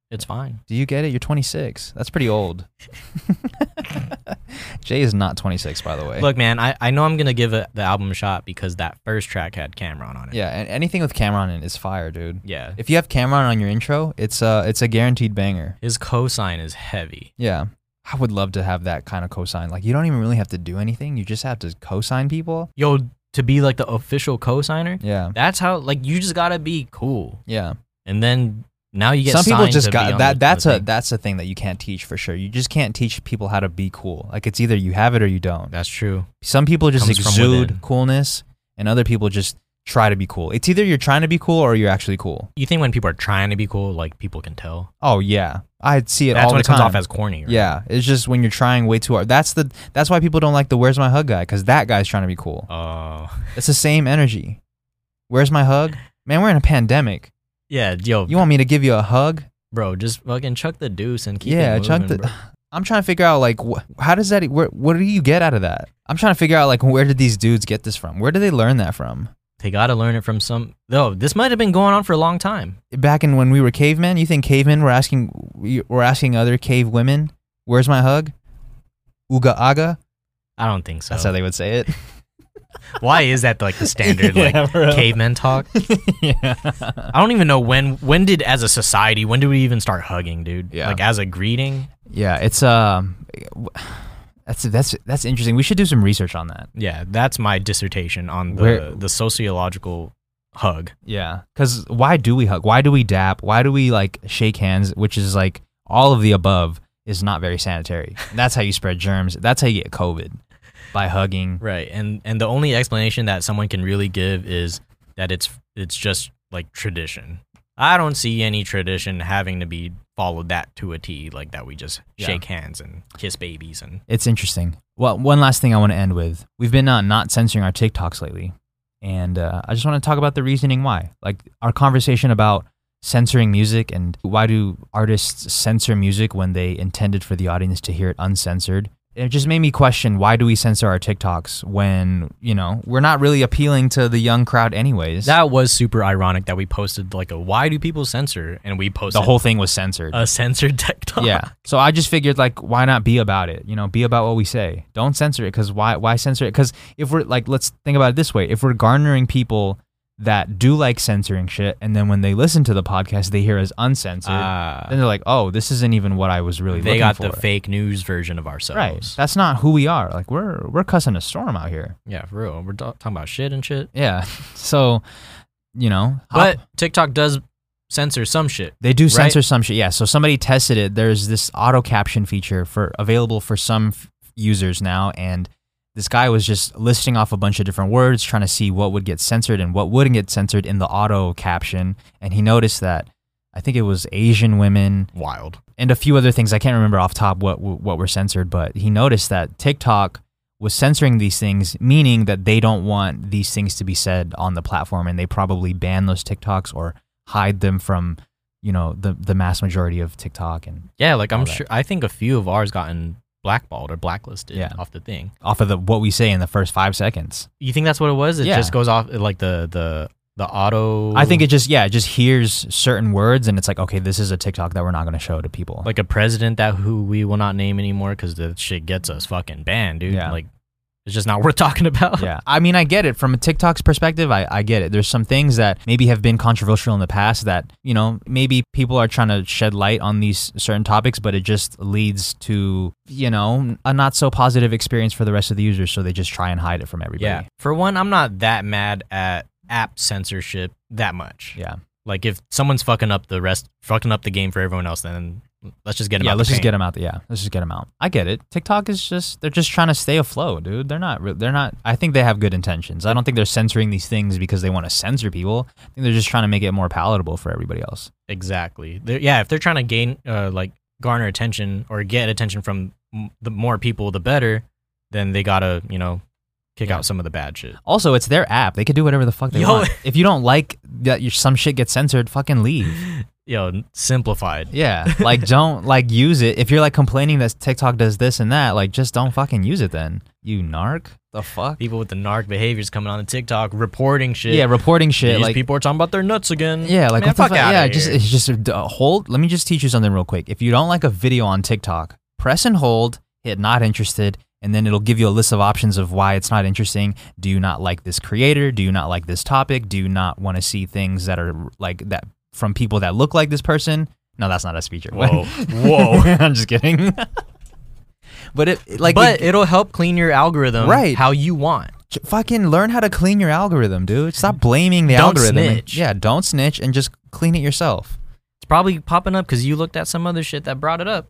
B: It's fine.
A: Do you get it? You're 26. That's pretty old. Jay is not 26, by the way.
B: Look, man, I, I know I'm gonna give it the album a shot because that first track had Cameron on it.
A: yeah, and anything with Cameron in it is fire, dude.
B: Yeah.
A: If you have Cameron on your intro, it's a it's a guaranteed banger.
B: His cosign is heavy.
A: Yeah. I would love to have that kind of cosign. Like you don't even really have to do anything. You just have to cosign people.
B: Yo, to be like the official cosigner,
A: Yeah.
B: that's how like you just gotta be cool.
A: Yeah.
B: And then now you get
A: Some people
B: signed
A: just
B: to be
A: got
B: on
A: that
B: the-
A: that's
B: the
A: a
B: thing.
A: that's a thing that you can't teach for sure. You just can't teach people how to be cool. Like it's either you have it or you don't.
B: that's true.
A: Some people just
B: Comes from within.
A: exude coolness and other people just try to be cool. It's either you're trying to be cool or you're actually cool.
B: You think when people are trying to be cool, like people can tell.
A: Oh yeah. I see it
B: That's
A: all
B: when
A: the
B: it comes
A: time.
B: off as corny. Right?
A: yeah, it's just when you're trying way too hard. That's the that's why people don't like the "Where's my hug" guy because that guy's trying to be cool.
B: Oh.
A: It's the same energy. Where's my hug? Man, we're in a pandemic.
B: yeah, yo,
A: You want me to give you a hug?
B: bro, just fucking chuck the deuce and keep
A: yeah,
B: it moving,
A: chunk the.
B: bro.
A: I'm trying to figure out like wh- how does that e, where, what do you get out of that? I'm trying to figure out like where did these dudes get this from? Where did they learn that from?
B: They gotta learn it from some. No, this might have been going on for a long time.
A: Back in when we were cavemen, you think cavemen were asking we were asking other cave women, "Where's my hug?" Uga aga.
B: I don't think so.
A: That's how they would say it.
B: Why is that like the standard like
A: Yeah, bro.
B: caveman talk?
A: yeah.
B: I don't even know when. When did as a society? When did we even start hugging, dude?
A: Yeah.
B: Like as a greeting.
A: Yeah, it's um that's that's that's interesting. We should do some research on that.
B: Yeah, that's my dissertation on the
A: Where-
B: the sociological hug.
A: Yeah. Because why do we hug? Why do we dap? Why do we like shake hands? Which is like all of the above is not very sanitary. And that's how you spread germs. That's how you get COVID by hugging.
B: Right, and and the only explanation that someone can really give is that it's it's just like tradition. I don't see any tradition having to be followed that to a T, like that we just
A: Yeah.
B: shake hands and kiss babies and
A: It's interesting. Well, one last thing I want to end with. We've been uh, not censoring our TikToks lately. And uh, I just want to talk about the reasoning why. Like our conversation about censoring music and why do artists censor music when they intended for the audience to hear it uncensored. It just made me question why do we censor our TikToks when, you know, we're not really appealing to the young crowd anyways.
B: That was super ironic that we posted like a why do people censor and we
A: the
B: posted
A: whole thing was censored.
B: a censored TikTok.
A: yeah. So I just figured like why not be about it? You know, be about what we say. Don't censor it cuz why why censor it? Cuz if we're like let's think about it this way. If we're garnering people that do like censoring shit and then when they listen to the podcast they hear as uncensored,
B: Ah,
A: then they're like, "Oh, this isn't even what I was really
B: they
A: looking
B: got
A: for."
B: the fake news version of
A: right.
B: ourselves.
A: That's not who we are. Like we're we're cussing a storm out here.
B: Yeah, for real. We're ta- talking about shit and shit.
A: Yeah. So, you know, hop-
B: But TikTok does censor some shit.
A: They do
B: Right?
A: censor some shit. Yeah. So somebody tested it. There's this auto caption feature for available for some f- users now, and this guy was just listing off a bunch of different words, trying to see what would get censored and what wouldn't get censored in the auto caption. And he noticed that I think it was Asian women
B: Wild.
A: and a few other things. I can't remember off top what what were censored, but he noticed that TikTok was censoring these things, meaning that they don't want these things to be said on the platform, and they probably ban those TikToks or hide them from you know the the mass majority of TikTok and
B: Yeah, like I'm
A: All that.
B: sure. I think a few of ours gotten blackballed or blacklisted
A: Yeah.
B: off the thing.
A: off of the what we say in the first five seconds.
B: You think that's what it was? It
A: Yeah.
B: just goes off like the the the auto.
A: I think it just yeah it just hears certain words and it's like okay this is a TikTok that we're not going to show to people.
B: like a president that who we will not name anymore because that shit gets us fucking banned, dude.
A: Yeah.
B: Like it's just not worth talking about.
A: yeah i mean i get it from a tiktok's perspective I, I get it there's some things that maybe have been controversial in the past that you know maybe people are trying to shed light on these certain topics but it just leads to you know a not so positive experience for the rest of the users so they just try and hide it from everybody
B: Yeah. For one, I'm not that mad at app censorship that much.
A: yeah
B: Like if someone's fucking up the rest, fucking up the game for everyone else, then let's just get them
A: yeah
B: out.
A: let's
B: the
A: just
B: paint.
A: get them out the, yeah let's just get them out i get it tiktok is just they're just trying to stay afloat dude they're not re- they're not i think they have good intentions i don't think they're censoring these things because they want to censor people i think they're just trying to make it more palatable for everybody else
B: exactly. They're- yeah, if they're trying to gain uh, like garner attention or get attention from m- the more people, the better. Then they gotta you know kick
A: Yeah.
B: out some of the bad shit.
A: Also, it's their app. They could do whatever the fuck they
B: Yo.
A: want. If you don't like that your, some shit gets censored, fucking leave.
B: Yo, n- simplified.
A: Yeah. Like don't like use it. If you're like complaining that TikTok does this and that, like just don't fucking use it then. You narc? The fuck?
B: People with the narc behaviors coming on the TikTok reporting shit.
A: Yeah, reporting shit
B: These
A: like
B: people are talking about their nuts again.
A: yeah, like
B: Man,
A: what the
B: fuck
A: fuck?
B: outta
A: Yeah,
B: here.
A: just it's just a, uh, hold. Let me just teach you something real quick. If you don't like a video on TikTok, press and hold, hit not interested, and then it'll give you a list of options of why it's not interesting. Do you not like this creator? Do you not like this topic? Do you not want to see things that are like that from people that look like this person? No, that's not a speaker.
B: Whoa. Whoa.
A: I'm just kidding. but it like
B: but
A: it-
B: it, will help clean your algorithm
A: Right.
B: how you want.
A: J- fucking learn how to clean your algorithm, dude. Stop blaming the
B: Don't
A: algorithm. and-
B: snitch.
A: yeah, don't snitch and just clean it yourself.
B: It's probably popping up because you looked at some other shit that brought it up.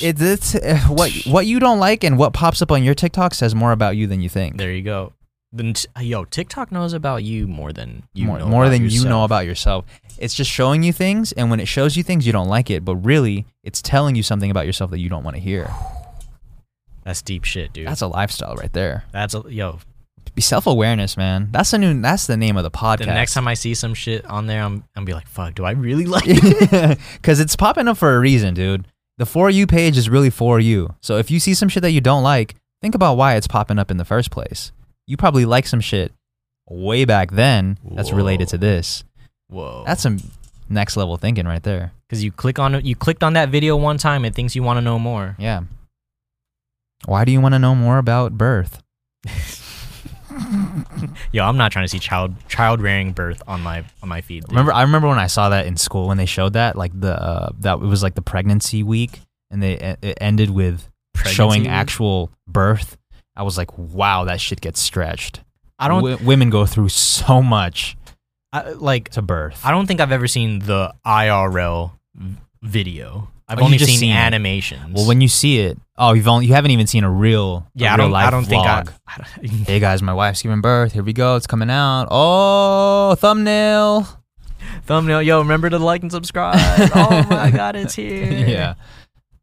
A: It, it's uh, what what you don't like and what pops up on your TikTok says more about you than you think.
B: There you go. Then t- yo, TikTok knows about you more than you
A: more
B: know
A: more
B: about
A: than you
B: yourself.
A: know about yourself. It's just showing you things, and when it shows you things, you don't like it. But really, it's telling you something about yourself that you don't want to hear.
B: That's deep shit, dude. That's,
A: That's a lifestyle right there.
B: a yo.
A: Be self awareness, man. That's the new. That's the name of the podcast.
B: The next time I see some shit on there, I'm I'm be like, fuck, do I really like it?
A: Because it's popping up for a reason, dude. The For You page is really for you. So if you see some shit that you don't like, think about why it's popping up in the first place. You probably like some shit way back then that's related to
B: Whoa.
A: this.
B: Whoa.
A: That's some next level thinking right there.
B: because you click on it, you clicked on that video one time, it thinks you want to know more.
A: Yeah. Why do you want to know more about birth?
B: Yo, I'm not trying to see child child rearing birth on my on my feed. dude.
A: Remember, I remember when I saw that in school when they showed that, like the uh, that it was like the pregnancy week, and they it ended with
B: Pregnancy
A: showing
B: week?
A: actual birth. I was like, wow, that shit gets stretched.
B: I don't
A: Wo- women go through so much
B: I, like.
A: to birth.
B: I don't think I've ever seen the IRL v- video. I've
A: Oh, you
B: only
A: just
B: seen,
A: seen it.
B: animations.
A: well, when you see it, oh, you've only, you haven't even seen a real a
B: yeah, I
A: real
B: don't.
A: life
B: I don't think I.
A: vlog.
B: I don't,
A: Hey guys, my wife's giving birth. Here we go. It's coming out. Oh, thumbnail.
B: thumbnail. Yo, remember to like and subscribe. oh my god, it's here.
A: yeah.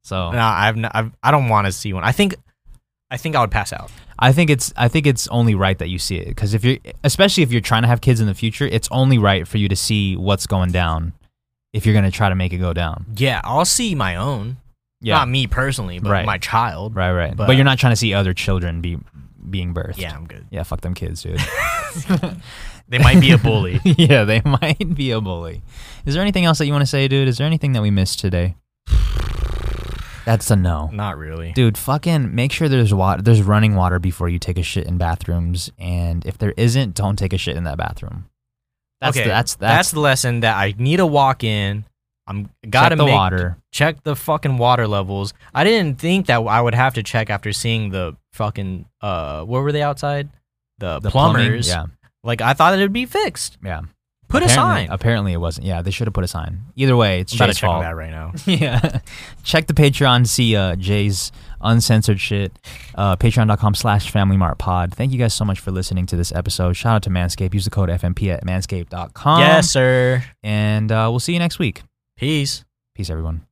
A: So
B: No, I've. Not, I've I don't want to see one. I think. I think I would pass out.
A: I think it's I think it's only right that you see it because if you're especially if you're trying to have kids in the future, it's only right for you to see what's going down if you're gonna try to make it go down.
B: Yeah, I'll see my own.
A: Yeah.
B: Not me personally, but
A: Right.
B: my child.
A: Right, right. But,
B: But-
A: you're not trying to see other children be being birthed.
B: Yeah, I'm good.
A: Yeah, fuck them kids, dude.
B: They might be a bully.
A: yeah, they might be a bully. Is there anything else that you want to say, dude? Is there anything that we missed today? That's a no.
B: Not really.
A: Dude, fucking make sure there's water there's running water before you take a shit in bathrooms and if there isn't, don't take a shit in that bathroom. That's
B: okay,
A: the, that's
B: that's
A: that's,
B: the lesson that I need to walk in. I'm gotta
A: check the
B: make
A: water.
B: check the fucking water levels. I didn't think that I would have to check after seeing the fucking uh what were they outside? The,
A: The plumbing,
B: plumbers.
A: Yeah.
B: Like I thought it would be fixed.
A: Yeah.
B: Put
A: apparently,
B: a sign.
A: Apparently it wasn't. Yeah, they should have put a sign. Either way, it's
B: I'm about to
A: Jay's
B: check
A: fault.
B: that right now.
A: yeah check the patreon to see uh, jay's uncensored shit uh, patreon.com slash family mart pod thank you guys so much for listening to this episode shout out to manscaped use the code fmp
B: Um,
A: at manscaped.com
B: yes, sir.
A: and uh, we'll see you next week
B: Peace.
A: peace everyone